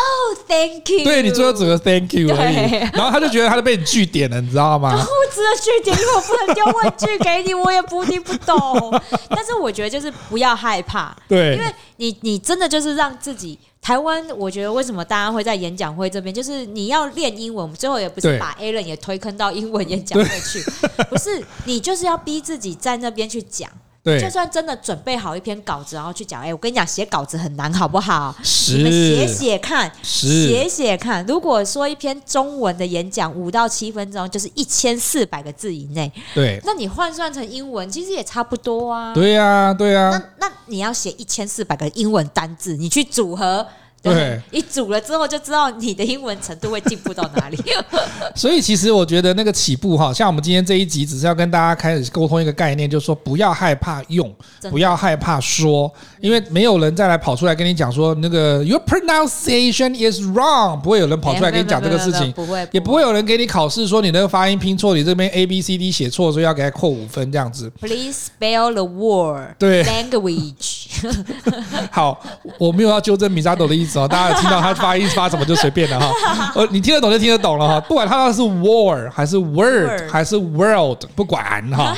[SPEAKER 1] ，Thank you，
[SPEAKER 2] 对你最后只有 thank you 而已
[SPEAKER 1] 对，
[SPEAKER 2] 然后他就觉得他就被你据点了，你知道吗？
[SPEAKER 1] 不值得据点，因为我不能丢问句给你，我也不听不懂。 但是我觉得就是不要害怕，
[SPEAKER 2] 对
[SPEAKER 1] 因为你你真的就是让自己。台湾，我觉得为什么大家会在演讲会这边，就是你要练英文。我们最后也不
[SPEAKER 2] 对
[SPEAKER 1] 是把 a l a n 也推坑到英文演讲会去， 不是你就是要逼自己在那边去讲。就
[SPEAKER 2] 对，
[SPEAKER 1] 算真的准备好一篇稿子，然后去讲，哎、我跟你讲，写稿子很难，好不好？你们写
[SPEAKER 2] 是
[SPEAKER 1] 写看，写
[SPEAKER 2] 是，
[SPEAKER 1] 写看。如果说一篇中文的演讲五到七分钟，就是一千四百个字以内，
[SPEAKER 2] 对
[SPEAKER 1] 那你换算成英文，其实也差不多啊。
[SPEAKER 2] 对呀对呀，
[SPEAKER 1] 那那你要写一千四百个英文单字，你去组合。
[SPEAKER 2] 对，
[SPEAKER 1] 你组了之后就知道你的英文程度会进步到哪 里。
[SPEAKER 2] 所以其实我觉得那个起步哈，像我们今天这一集，只是要跟大家开始沟通一个概念，就是说不要害怕用，
[SPEAKER 1] 真的
[SPEAKER 2] 不要害怕说，因为没有人再来跑出来跟你讲说那个 your pronunciation is wrong，不会有人跑出来跟你讲这个事情。
[SPEAKER 1] 不会，
[SPEAKER 2] 也不会有人给你考试说你那个发音拼错，你这边 A B C D 写错，所以要给他扣五分这样子。
[SPEAKER 1] Please spell the word
[SPEAKER 2] 对
[SPEAKER 1] language。
[SPEAKER 2] 好，我没有要纠正米沙斗的意思哦，大家有听到他发音发什么就随便 了哈。呃，你听得懂就听得懂了哈，不管他是 war 还是 word
[SPEAKER 1] Word
[SPEAKER 2] 还是 world，不管 哈，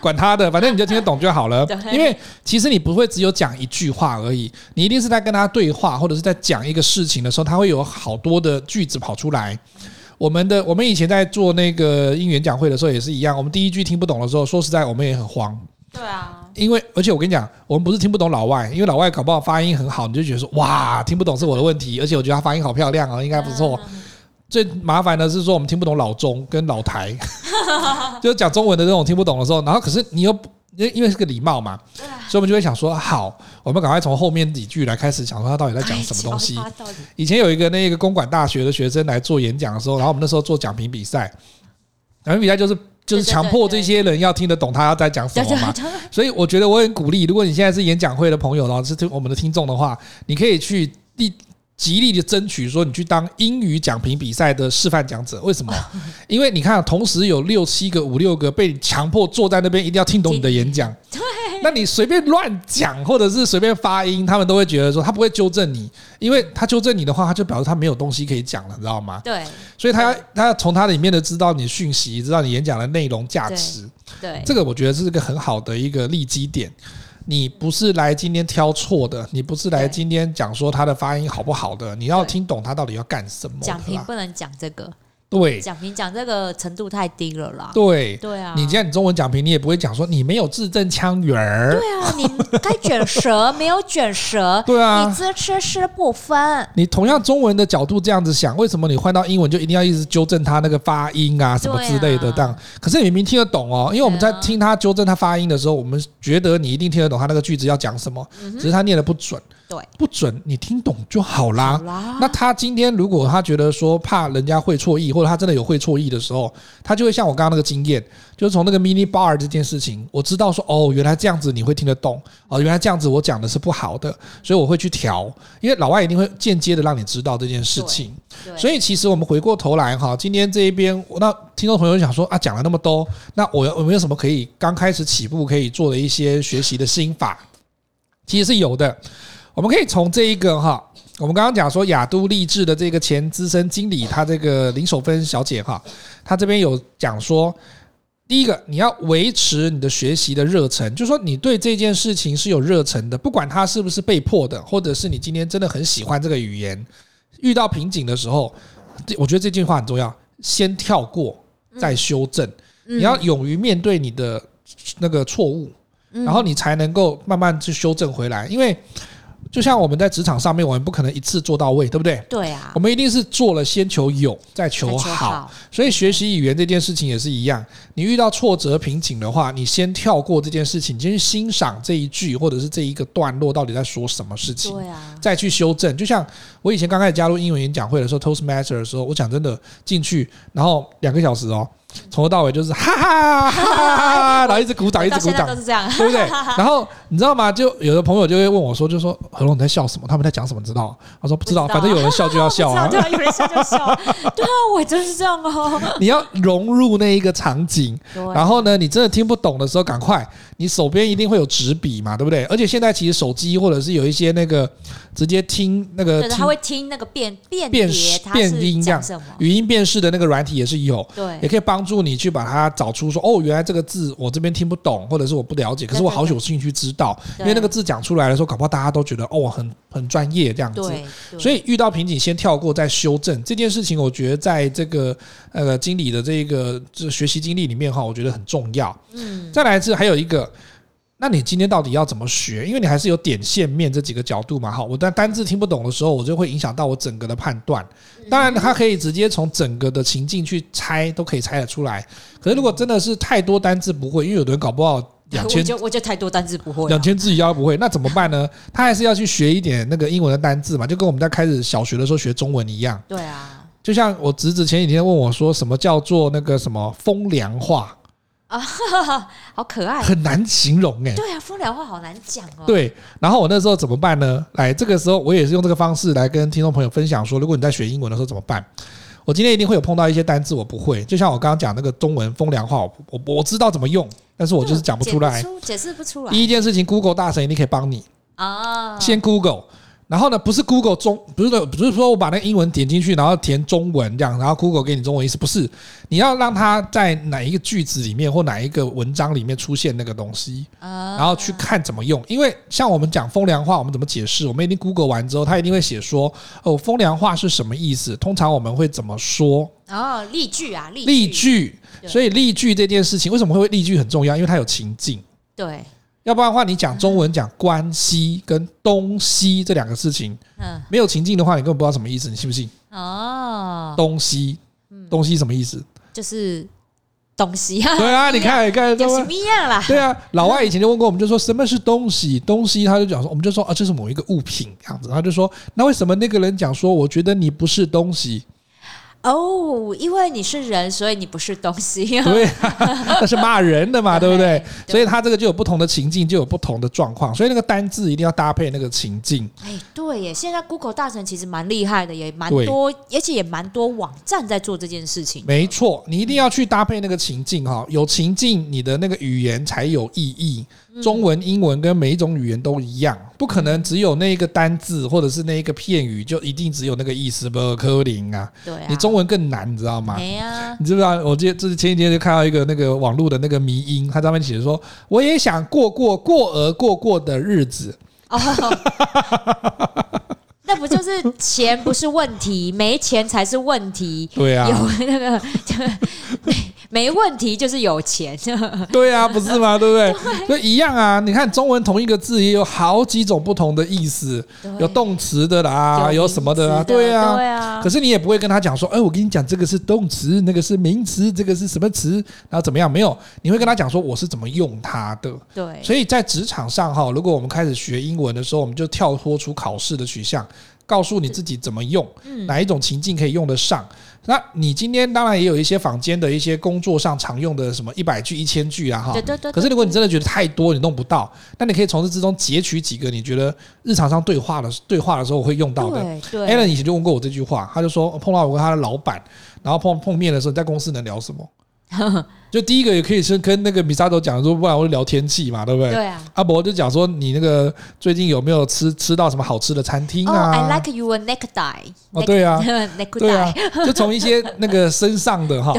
[SPEAKER 2] 管他的，反正你就听得懂就好了
[SPEAKER 1] 对。
[SPEAKER 2] 因为其实你不会只有讲一句话而已，你一定是在跟他对话，或者是在讲一个事情的时候，他会有好多的句子跑出来。我们的我们以前在做那个英语演讲会的时候也是一样，我们第一句听不懂的时候，说实在我们也很慌。
[SPEAKER 1] 对啊，
[SPEAKER 2] 因为而且我跟你讲，我们不是听不懂老外，因为老外搞不好发音很好，你就觉得说哇，听不懂是我的问题，而且我觉得他发音好漂亮哦，应该不错。
[SPEAKER 1] 嗯
[SPEAKER 2] 最麻烦的是说我们听不懂老中跟老台， 就是讲中文的那种听不懂的时候，然后可是你又不因为因为是个礼貌嘛，
[SPEAKER 1] 啊
[SPEAKER 2] 所以我们就会想说好，我们赶快从后面几句来开始想说他到底在讲什么东西。
[SPEAKER 1] 哎教他到底
[SPEAKER 2] 以前有一个那个公管大学的学生来做演讲的时候，然后我们那时候做讲评比赛，讲评比赛就是就
[SPEAKER 1] 对
[SPEAKER 2] 是
[SPEAKER 1] 对对
[SPEAKER 2] 强迫这些人要听得懂他要在讲什
[SPEAKER 1] 对
[SPEAKER 2] 么
[SPEAKER 1] 对
[SPEAKER 2] 嘛。
[SPEAKER 1] 对
[SPEAKER 2] 所以我觉得我很鼓励，如果你现在是演讲会的朋友，然后是听我们的听众的话，你可以去第。极力的争取说你去当英语讲评比赛的示范讲者，为什么？因为你看，同时有六七个、五六个被你强迫坐在那边，一定要听懂你的演讲。那你随便乱讲，或者是随便发音，他们都会觉得说他不会纠正你，因为他纠正你的话，他就表示他没有东西可以讲了，你知道吗？
[SPEAKER 1] 对
[SPEAKER 2] 所以他要
[SPEAKER 1] 对
[SPEAKER 2] 他要从他里面的知道你的讯息，知道你演讲的内容价值。
[SPEAKER 1] 对
[SPEAKER 2] 这个我觉得是一个很好的一个利基点。你不是来今天挑错的，你不是来
[SPEAKER 1] 对
[SPEAKER 2] 今天讲说他的发音好不好的，你要
[SPEAKER 1] 对
[SPEAKER 2] 听懂他到底要干什么的啦。
[SPEAKER 1] 讲评不能讲这个，
[SPEAKER 2] 对
[SPEAKER 1] 讲评讲这个程度太低了啦。
[SPEAKER 2] 对，
[SPEAKER 1] 对啊，
[SPEAKER 2] 你这样你中文讲评，你也不会讲说你没有字正腔圆儿。
[SPEAKER 1] 对啊，你该卷舌没有卷舌，
[SPEAKER 2] 对
[SPEAKER 1] 你
[SPEAKER 2] 啊，
[SPEAKER 1] 支吃吃不分，
[SPEAKER 2] 你同样中文的角度这样子想，为什么你换到英文就一定要一直纠正他那个发音啊什么之类的？
[SPEAKER 1] 对啊
[SPEAKER 2] 这样，可是你明明听得懂哦，因为我们在
[SPEAKER 1] 对啊
[SPEAKER 2] 听他纠正他发音的时候，我们觉得你一定听得懂他那个句子要讲什么，只是他念的不准。
[SPEAKER 1] 嗯对，
[SPEAKER 2] 不准你听懂就好啦。
[SPEAKER 1] 好啦，
[SPEAKER 2] 那他今天如果他觉得说怕人家会错意，或者他真的有会错意的时候，他就会像我刚刚那个经验，就是从那个 mini bar 这件事情，我知道说哦，原来这样子你会听得懂哦，原来这样子我讲的是不好的，所以我会去调，因为老外一定会间接的让你知道这件事情。
[SPEAKER 1] 对
[SPEAKER 2] 所以其实我们回过头来哈，今天这一边，那听众朋友想说啊，讲了那么多，那我有没有什么可以刚开始起步可以做的一些学习的心法？其实是有的，我们可以从这一个哈，我们刚刚讲说雅都励志的这个前资深经理，她这个林守芬小姐哈，她这边有讲说。第一个，你要维持你的学习的热忱，就是说你对这件事情是有热忱的，不管它是不是被迫的，或者是你今天真的很喜欢这个语言，遇到瓶颈的时候，这我觉得这句话很重要，先跳过
[SPEAKER 1] 嗯
[SPEAKER 2] 再修正。你要勇于面对你的那个错误，
[SPEAKER 1] 嗯
[SPEAKER 2] 然后你才能够慢慢去修正回来。因为就像我们在职场上面，我们不可能一次做到位，对不对？
[SPEAKER 1] 对啊
[SPEAKER 2] 我，们一定是做了先求有，再求
[SPEAKER 1] 再求
[SPEAKER 2] 好
[SPEAKER 1] 好。
[SPEAKER 2] 所以学习语言这件事情也是一样，你遇到挫折瓶颈的话，你先跳过这件事情，先去欣赏这一句或者是这一个段落到底在说什么事情。
[SPEAKER 1] 对啊，
[SPEAKER 2] 再去修正。就像我以前刚开始加入英文演讲会的时候，Toastmaster 的时候，我讲真的进去，然后两个小时哦，从头到尾就是哈哈哈哈哈，然后一直鼓掌，一直
[SPEAKER 1] 到
[SPEAKER 2] 鼓
[SPEAKER 1] 现在
[SPEAKER 2] 掌
[SPEAKER 1] 都，是这样。
[SPEAKER 2] 对不对？然后你知道吗？就有的朋友就会问我说，就说何龙你在笑什么？他们在讲什么？知道？我说不知道，
[SPEAKER 1] 不知道
[SPEAKER 2] 反正有人笑就要笑 啊
[SPEAKER 1] 对。啊，有人笑就 笑，对啊，我真是这样哦。
[SPEAKER 2] 你要融入那一个场景，
[SPEAKER 1] 对
[SPEAKER 2] 啊
[SPEAKER 1] 啊
[SPEAKER 2] 然后呢，你真的听不懂的时候，赶快，你手边一定会有纸笔嘛，对不对？而且现在其实手机或者是有一些那个直接听那个
[SPEAKER 1] 对，
[SPEAKER 2] 听
[SPEAKER 1] 他会听那个辨辨
[SPEAKER 2] 辨
[SPEAKER 1] 别
[SPEAKER 2] 识
[SPEAKER 1] 他
[SPEAKER 2] 辨
[SPEAKER 1] 是
[SPEAKER 2] 呃音这样
[SPEAKER 1] 讲什么，
[SPEAKER 2] 语音辨识的那个软体也是有，也
[SPEAKER 1] 对，
[SPEAKER 2] 可以帮助你去把它找出说，哦，原来这个字我这边听不懂，或者是我不了解，可是我好有兴趣知道，因
[SPEAKER 1] 对
[SPEAKER 2] 为那个字讲出来的时候，搞不好大家都觉得哦，很很专业这样子。
[SPEAKER 1] 对，对
[SPEAKER 2] 所以遇到瓶颈，先跳过再修正这件事情，我觉得在这个呃经理的这个这学习经历里面哈，我觉得很重要。
[SPEAKER 1] 嗯，
[SPEAKER 2] 再来一次，还有一个，那你今天到底要怎么学？因为你还是有点、线、面这几个角度嘛。哈，我在单字听不懂的时候，我就会影响到我整个的判断。
[SPEAKER 1] 嗯
[SPEAKER 2] 当然，它可以直接从整个的情境去猜，都可以猜得出来。可是如果真的是太多单字不会，因为有的人搞 不好两
[SPEAKER 1] 我
[SPEAKER 2] 千
[SPEAKER 1] 就我就太多单字不会了啊
[SPEAKER 2] 两，千字以下不会，那怎么办呢？他还是要去学一点那个英文的单字嘛，就跟我们在开始小学的时候学中文一样。
[SPEAKER 1] 对啊，
[SPEAKER 2] 就像我侄子前几天问我说，什么叫做那个什么风凉话，
[SPEAKER 1] 好可爱。
[SPEAKER 2] 很难形容哎、
[SPEAKER 1] 对啊，风凉话好难讲哦。
[SPEAKER 2] 对，然后我那时候怎么办呢？来，这个时候我也是用这个方式来跟听众朋友分享说，如果你在学英文的时候怎么办？我今天一定会有碰到一些单字我不会，就像我刚刚讲那个中文风凉话，我我我知道怎么用，但是我就是讲不出来
[SPEAKER 1] 解。解释哦不出来
[SPEAKER 2] 第一件事情，Google 大神一定可以帮你，
[SPEAKER 1] 啊。
[SPEAKER 2] 先 Google。然后呢，不是 Google 中，不是不是说我把那个英文点进去，然后填中文这样，然后 Google 给你中文意思，不是，你要让它在哪一个句子里面或哪一个文章里面出现那个东西。
[SPEAKER 1] 啊
[SPEAKER 2] 然后去看怎么用。因为像我们讲风凉话，我们怎么解释？我们一定 Google 完之后，它一定会写说哦，风凉话是什么意思？通常我们会怎么说？
[SPEAKER 1] 哦，例句啊，例
[SPEAKER 2] 例句。
[SPEAKER 1] 对
[SPEAKER 2] 所以例句这件事情，为什么会例句很重要？因为它有情境。
[SPEAKER 1] 对，
[SPEAKER 2] 要不然的话，你讲中文讲关系跟东西这两个事情，
[SPEAKER 1] 嗯，
[SPEAKER 2] 没有情境的话，你根本不知道什么意思，你信不信？
[SPEAKER 1] 哦，嗯
[SPEAKER 2] 东西，东西什么意思？
[SPEAKER 1] 就是东西啊，
[SPEAKER 2] 对 啊，你看，你看，对
[SPEAKER 1] 就
[SPEAKER 2] 吧
[SPEAKER 1] 是不一样 啦。
[SPEAKER 2] 对啊，老外以前就问过我们，就说什么是东西？东西他就讲说，我们就说啊，这是某一个物品这样子。他就说，那为什么那个人讲说，我觉得你不是东西？
[SPEAKER 1] 哦，因为你是人，所以你不是东西啊。
[SPEAKER 2] 对、啊，那是骂人的嘛，对不对
[SPEAKER 1] 对？对
[SPEAKER 2] 所以他这个就有不同的情境，就有不同的状况。所以那个单字一定要搭配那个情境。
[SPEAKER 1] 哎，对耶，现在 Google 大神其实蛮厉害的，也蛮
[SPEAKER 2] 对
[SPEAKER 1] 多，而且也蛮多网站在做这件事情。
[SPEAKER 2] 没错，你一定要去搭配那个情境哈，有情境，你的那个语言才有意义。中文、英文跟每一种语言都一样，不可能只有那一个单字或者是那一个片语就一定只有那个意思，不可能啊！
[SPEAKER 1] 对啊，
[SPEAKER 2] 你中文更难，你知道吗
[SPEAKER 1] 哎？呀，
[SPEAKER 2] 你知不知道？我记得就是前几天就看到一个那个网络的那个迷音，它上面写着说：“我也想过过过而过过的日子。
[SPEAKER 1] 哦，那不就是钱不是问题，没钱才是问题”。
[SPEAKER 2] 对 啊，
[SPEAKER 1] 有那个没问题，就是有钱。
[SPEAKER 2] 对啊，不是吗？对不对？所以一样啊。你看中文同一个字也有好几种不同的意思，有动词的啦，有什么的啦，
[SPEAKER 1] 名词
[SPEAKER 2] 对啊。
[SPEAKER 1] 对啊
[SPEAKER 2] 可，是你也不会跟他讲说，哎、我跟你讲，这个是动词，那个是名词，这个是什么词，然后怎么样？没有，你会跟他讲说我是怎么用它的。
[SPEAKER 1] 对，
[SPEAKER 2] 所以在职场上哈，如果我们开始学英文的时候，我们就跳脱出考试的取向，告诉你自己怎么用，
[SPEAKER 1] 嗯
[SPEAKER 2] 哪一种情境可以用得上。那你今天当然也有一些坊间的一些工作上常用的什么一百句、一千句啊哈
[SPEAKER 1] 对。对对。
[SPEAKER 2] 可是如
[SPEAKER 1] 对
[SPEAKER 2] 果你真的觉得太多，你弄不到，那你可以从这之中截取几个你觉得日常上对话的对话的时候会用到的。
[SPEAKER 1] 对对
[SPEAKER 2] Alan 以前就问过我这句话，他就说碰到我跟他的老板，然后碰碰面的时候，你在公司能聊 什么？就第一个也可以是跟那个米沙头讲说，不然我就聊天气嘛，对不对？
[SPEAKER 1] 对啊。
[SPEAKER 2] 阿伯就讲说，你那个最近有没有吃吃到什么好吃的餐厅
[SPEAKER 1] 哦、
[SPEAKER 2] 啊？
[SPEAKER 1] i like your necktie。
[SPEAKER 2] 哦对啊
[SPEAKER 1] ，necktie。
[SPEAKER 2] 对啊，就从一些那个身上的哈，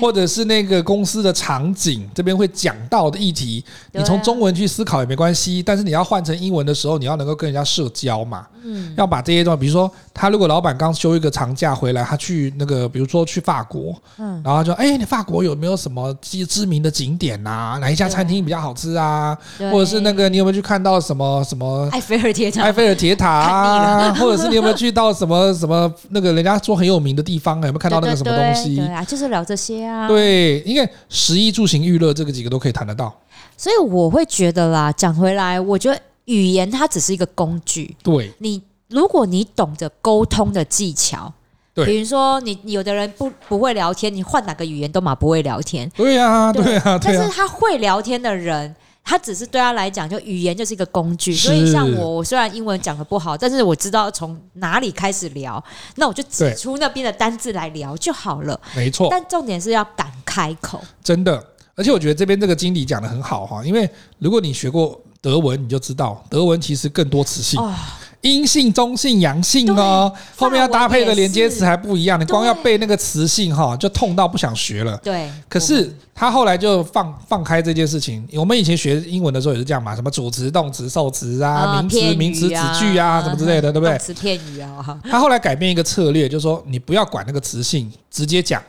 [SPEAKER 2] 或者是那个公司的场景这边会讲到的议题，
[SPEAKER 1] 对啊
[SPEAKER 2] 你从中文去思考也没关系，但是你要换成英文的时候，你要能够跟人家社交嘛，嗯，要把这些东西，比如说他如果老板刚休一个长假回来，他去那个比如说去法国，嗯，然后他就哎、你法国有没有什么么知知名的景点呐、哪一家餐厅比较好吃啊，
[SPEAKER 1] 对
[SPEAKER 2] 或者是那个你有没有去看到什么什么
[SPEAKER 1] 埃菲尔铁塔
[SPEAKER 2] 埃，菲尔铁塔啊，或者是你有没有去到什么什么那个人家说很有名的地方啊，有没有看到那个什么东
[SPEAKER 1] 对对对
[SPEAKER 2] 西？
[SPEAKER 1] 对啊，就是聊这些啊。
[SPEAKER 2] 对，因为食衣住行娱乐这个几个都可以谈得到。
[SPEAKER 1] 所以我会觉得啦，讲回来，我觉得语言它只是一个工具，
[SPEAKER 2] 对，
[SPEAKER 1] 你如果你懂得沟通的技巧，
[SPEAKER 2] 对
[SPEAKER 1] 比如说你有的人不不会聊天，你换哪个语言都嘛不会聊天，
[SPEAKER 2] 对呀、啊，
[SPEAKER 1] 对
[SPEAKER 2] 对呀、啊，
[SPEAKER 1] 但
[SPEAKER 2] 对呀、
[SPEAKER 1] 是
[SPEAKER 2] 啊。
[SPEAKER 1] 他会聊天的人。他只是对他来讲，就语言就是一个工具。所以
[SPEAKER 2] 是
[SPEAKER 1] 像我，我虽然英文讲的不好，但是我知道从哪里开始聊，那我就指
[SPEAKER 2] 对哦
[SPEAKER 1] 出那边的单字来聊就好了。
[SPEAKER 2] 没错，
[SPEAKER 1] 但重点是要敢开口，
[SPEAKER 2] 真的。而且我觉得这边这个经理讲的很好哈，因为如果你学过德文，你就知道德文其实更多词性，
[SPEAKER 1] 哦
[SPEAKER 2] 阴性、中性、阳性哦，
[SPEAKER 1] 对
[SPEAKER 2] 后面要搭配的连接词还不一样，你
[SPEAKER 1] 对
[SPEAKER 2] 光要背那个词性哈，就痛到不想学了。
[SPEAKER 1] 对。
[SPEAKER 2] 可
[SPEAKER 1] 哦
[SPEAKER 2] 是他后来就放放开这件事情。我们以前学英文的时候也是这样嘛，什么主词、动词、受词啊，名词、名词、子句啊，什么之类
[SPEAKER 1] 嗯
[SPEAKER 2] 的，对不对？
[SPEAKER 1] 词片语啊，
[SPEAKER 2] 他后来改变一个策略，就是说你不要管那个词性，直接讲。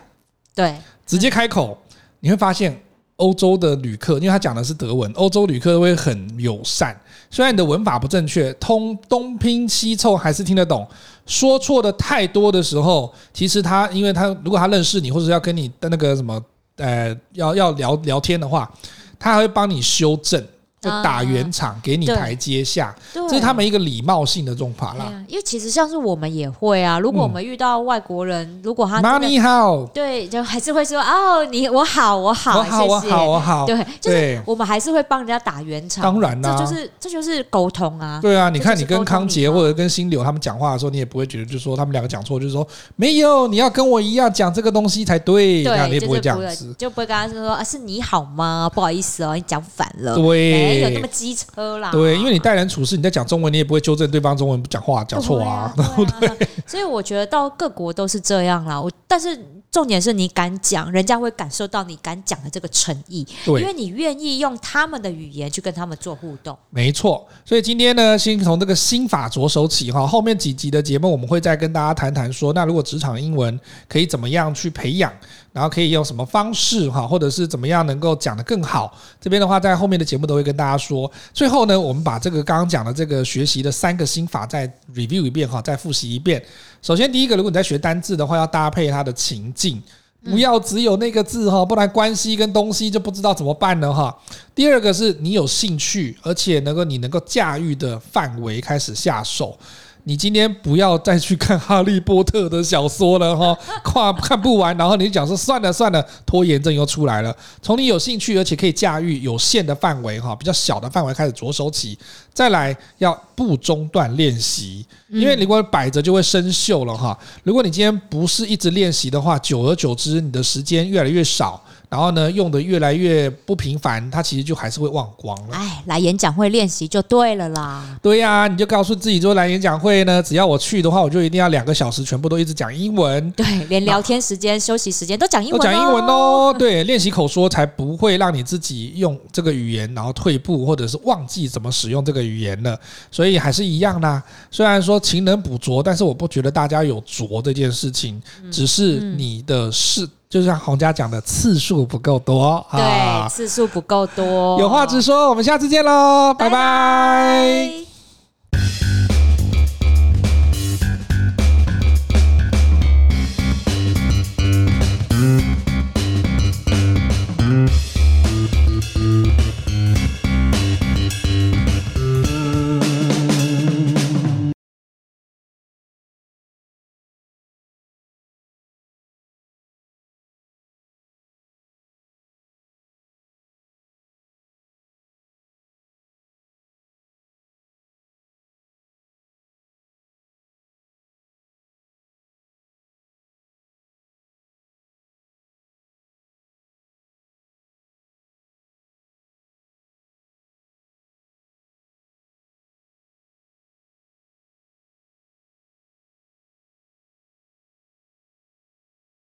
[SPEAKER 1] 对，
[SPEAKER 2] 直接开口，你会发现欧洲的旅客，因为他讲的是德文，欧洲旅客会很友善。虽然你的文法不正确，通东拼西凑还是听得懂。说错的太多的时候，其实他因为他如果他认识你，或者要跟你的那个什么呃要要聊聊天的话，他还会帮你修正，就打圆场，给你
[SPEAKER 1] 对
[SPEAKER 2] 台阶下，
[SPEAKER 1] 对
[SPEAKER 2] 这是他们一个礼貌性的这种法
[SPEAKER 1] 对
[SPEAKER 2] 啦。
[SPEAKER 1] 啊，因为其实像是我们也会啊，如果我们遇到外国
[SPEAKER 2] 嗯
[SPEAKER 1] 人，如果他真的
[SPEAKER 2] Money how，
[SPEAKER 1] 对，就还是会说哦，你我好，我好，
[SPEAKER 2] 我好我
[SPEAKER 1] 谢谢
[SPEAKER 2] 好我好，
[SPEAKER 1] 对，就是
[SPEAKER 2] 对
[SPEAKER 1] 我们还是会帮人家打圆场，
[SPEAKER 2] 当然啦、
[SPEAKER 1] 这就是这就是沟通啊，
[SPEAKER 2] 对啊，你
[SPEAKER 1] 这
[SPEAKER 2] 看
[SPEAKER 1] 就
[SPEAKER 2] 你
[SPEAKER 1] 是
[SPEAKER 2] 跟
[SPEAKER 1] 沟通
[SPEAKER 2] 康杰
[SPEAKER 1] 礼貌
[SPEAKER 2] 或者跟新柳他们讲话的时候，你也不会觉得就是说他们两个讲错，就是说没有，你要跟我一样讲这个东西才对，这样你
[SPEAKER 1] 对，
[SPEAKER 2] 也
[SPEAKER 1] 就是
[SPEAKER 2] 不会这样子。
[SPEAKER 1] 就不会跟他说啊，是你好吗？不好意思哦，你讲反了，没有那么啊
[SPEAKER 2] 对，
[SPEAKER 1] 机车啦，
[SPEAKER 2] 对，因为你待人处事，你在讲中文，你也不会纠正对方中文讲话讲错啊。
[SPEAKER 1] 对啊，对啊所以我觉得到各国都是这样啦。我但是重点是你敢讲，人家会感受到你敢讲的这个诚意，因
[SPEAKER 2] 对，
[SPEAKER 1] 为你愿意用他们的语言去跟他们做互动。
[SPEAKER 2] 没错。所以今天呢，先从这个心法着手起哈，后面几集的节目我们会再跟大家谈谈说，那如果职场英文可以怎么样去培养，然后可以用什么方式哈，或者是怎么样能够讲得更好。这边的话，在后面的节目都会跟大家说。最后呢，我们把这个刚刚讲的这个学习的三个心法再 review 一遍哈，再复习一遍。首先，第一个，如果你在学单字的话，要搭配它的情境，不要只有那个字哈，不然关系跟东西就不知道怎么办了哈。第二个是你有兴趣，而且能够你能够驾驭的范围开始下手。你今天不要再去看《哈利波特》的小说了哈， 跨看不完，然后你就讲说算了算了，拖延症又出来了。从你有兴趣而且可以驾驭有限的范围哈，比较小的范围开始着手起，再来要不中断练习，因为如果摆着就会生锈了哈。如果你今天不是一直练习的话，久而久之你的时间越来越少，然后呢用的越来越不频繁，它其实就还是会忘光了。
[SPEAKER 1] 哎，来演讲会练习就对了啦。
[SPEAKER 2] 对呀、你就告诉自己说来演讲会呢，只要我去的话，我就一定要两个小时全部都一直讲英文。
[SPEAKER 1] 对，连聊天时间、休息时间都讲英
[SPEAKER 2] 都
[SPEAKER 1] 文，
[SPEAKER 2] 讲英文。哦，对，练习口说才不会让你自己用这个语言，然后退步或者是忘记怎么使用这个语言了。所以还是一样啦。虽然说勤能补拙，但是我不觉得大家有拙这件事情，
[SPEAKER 1] 嗯
[SPEAKER 2] 只是你的事，就像洪家讲的次数不够多
[SPEAKER 1] 对，
[SPEAKER 2] 啊。
[SPEAKER 1] 次数不够多。
[SPEAKER 2] 有话直说，我们下次见喽，拜拜
[SPEAKER 1] 拜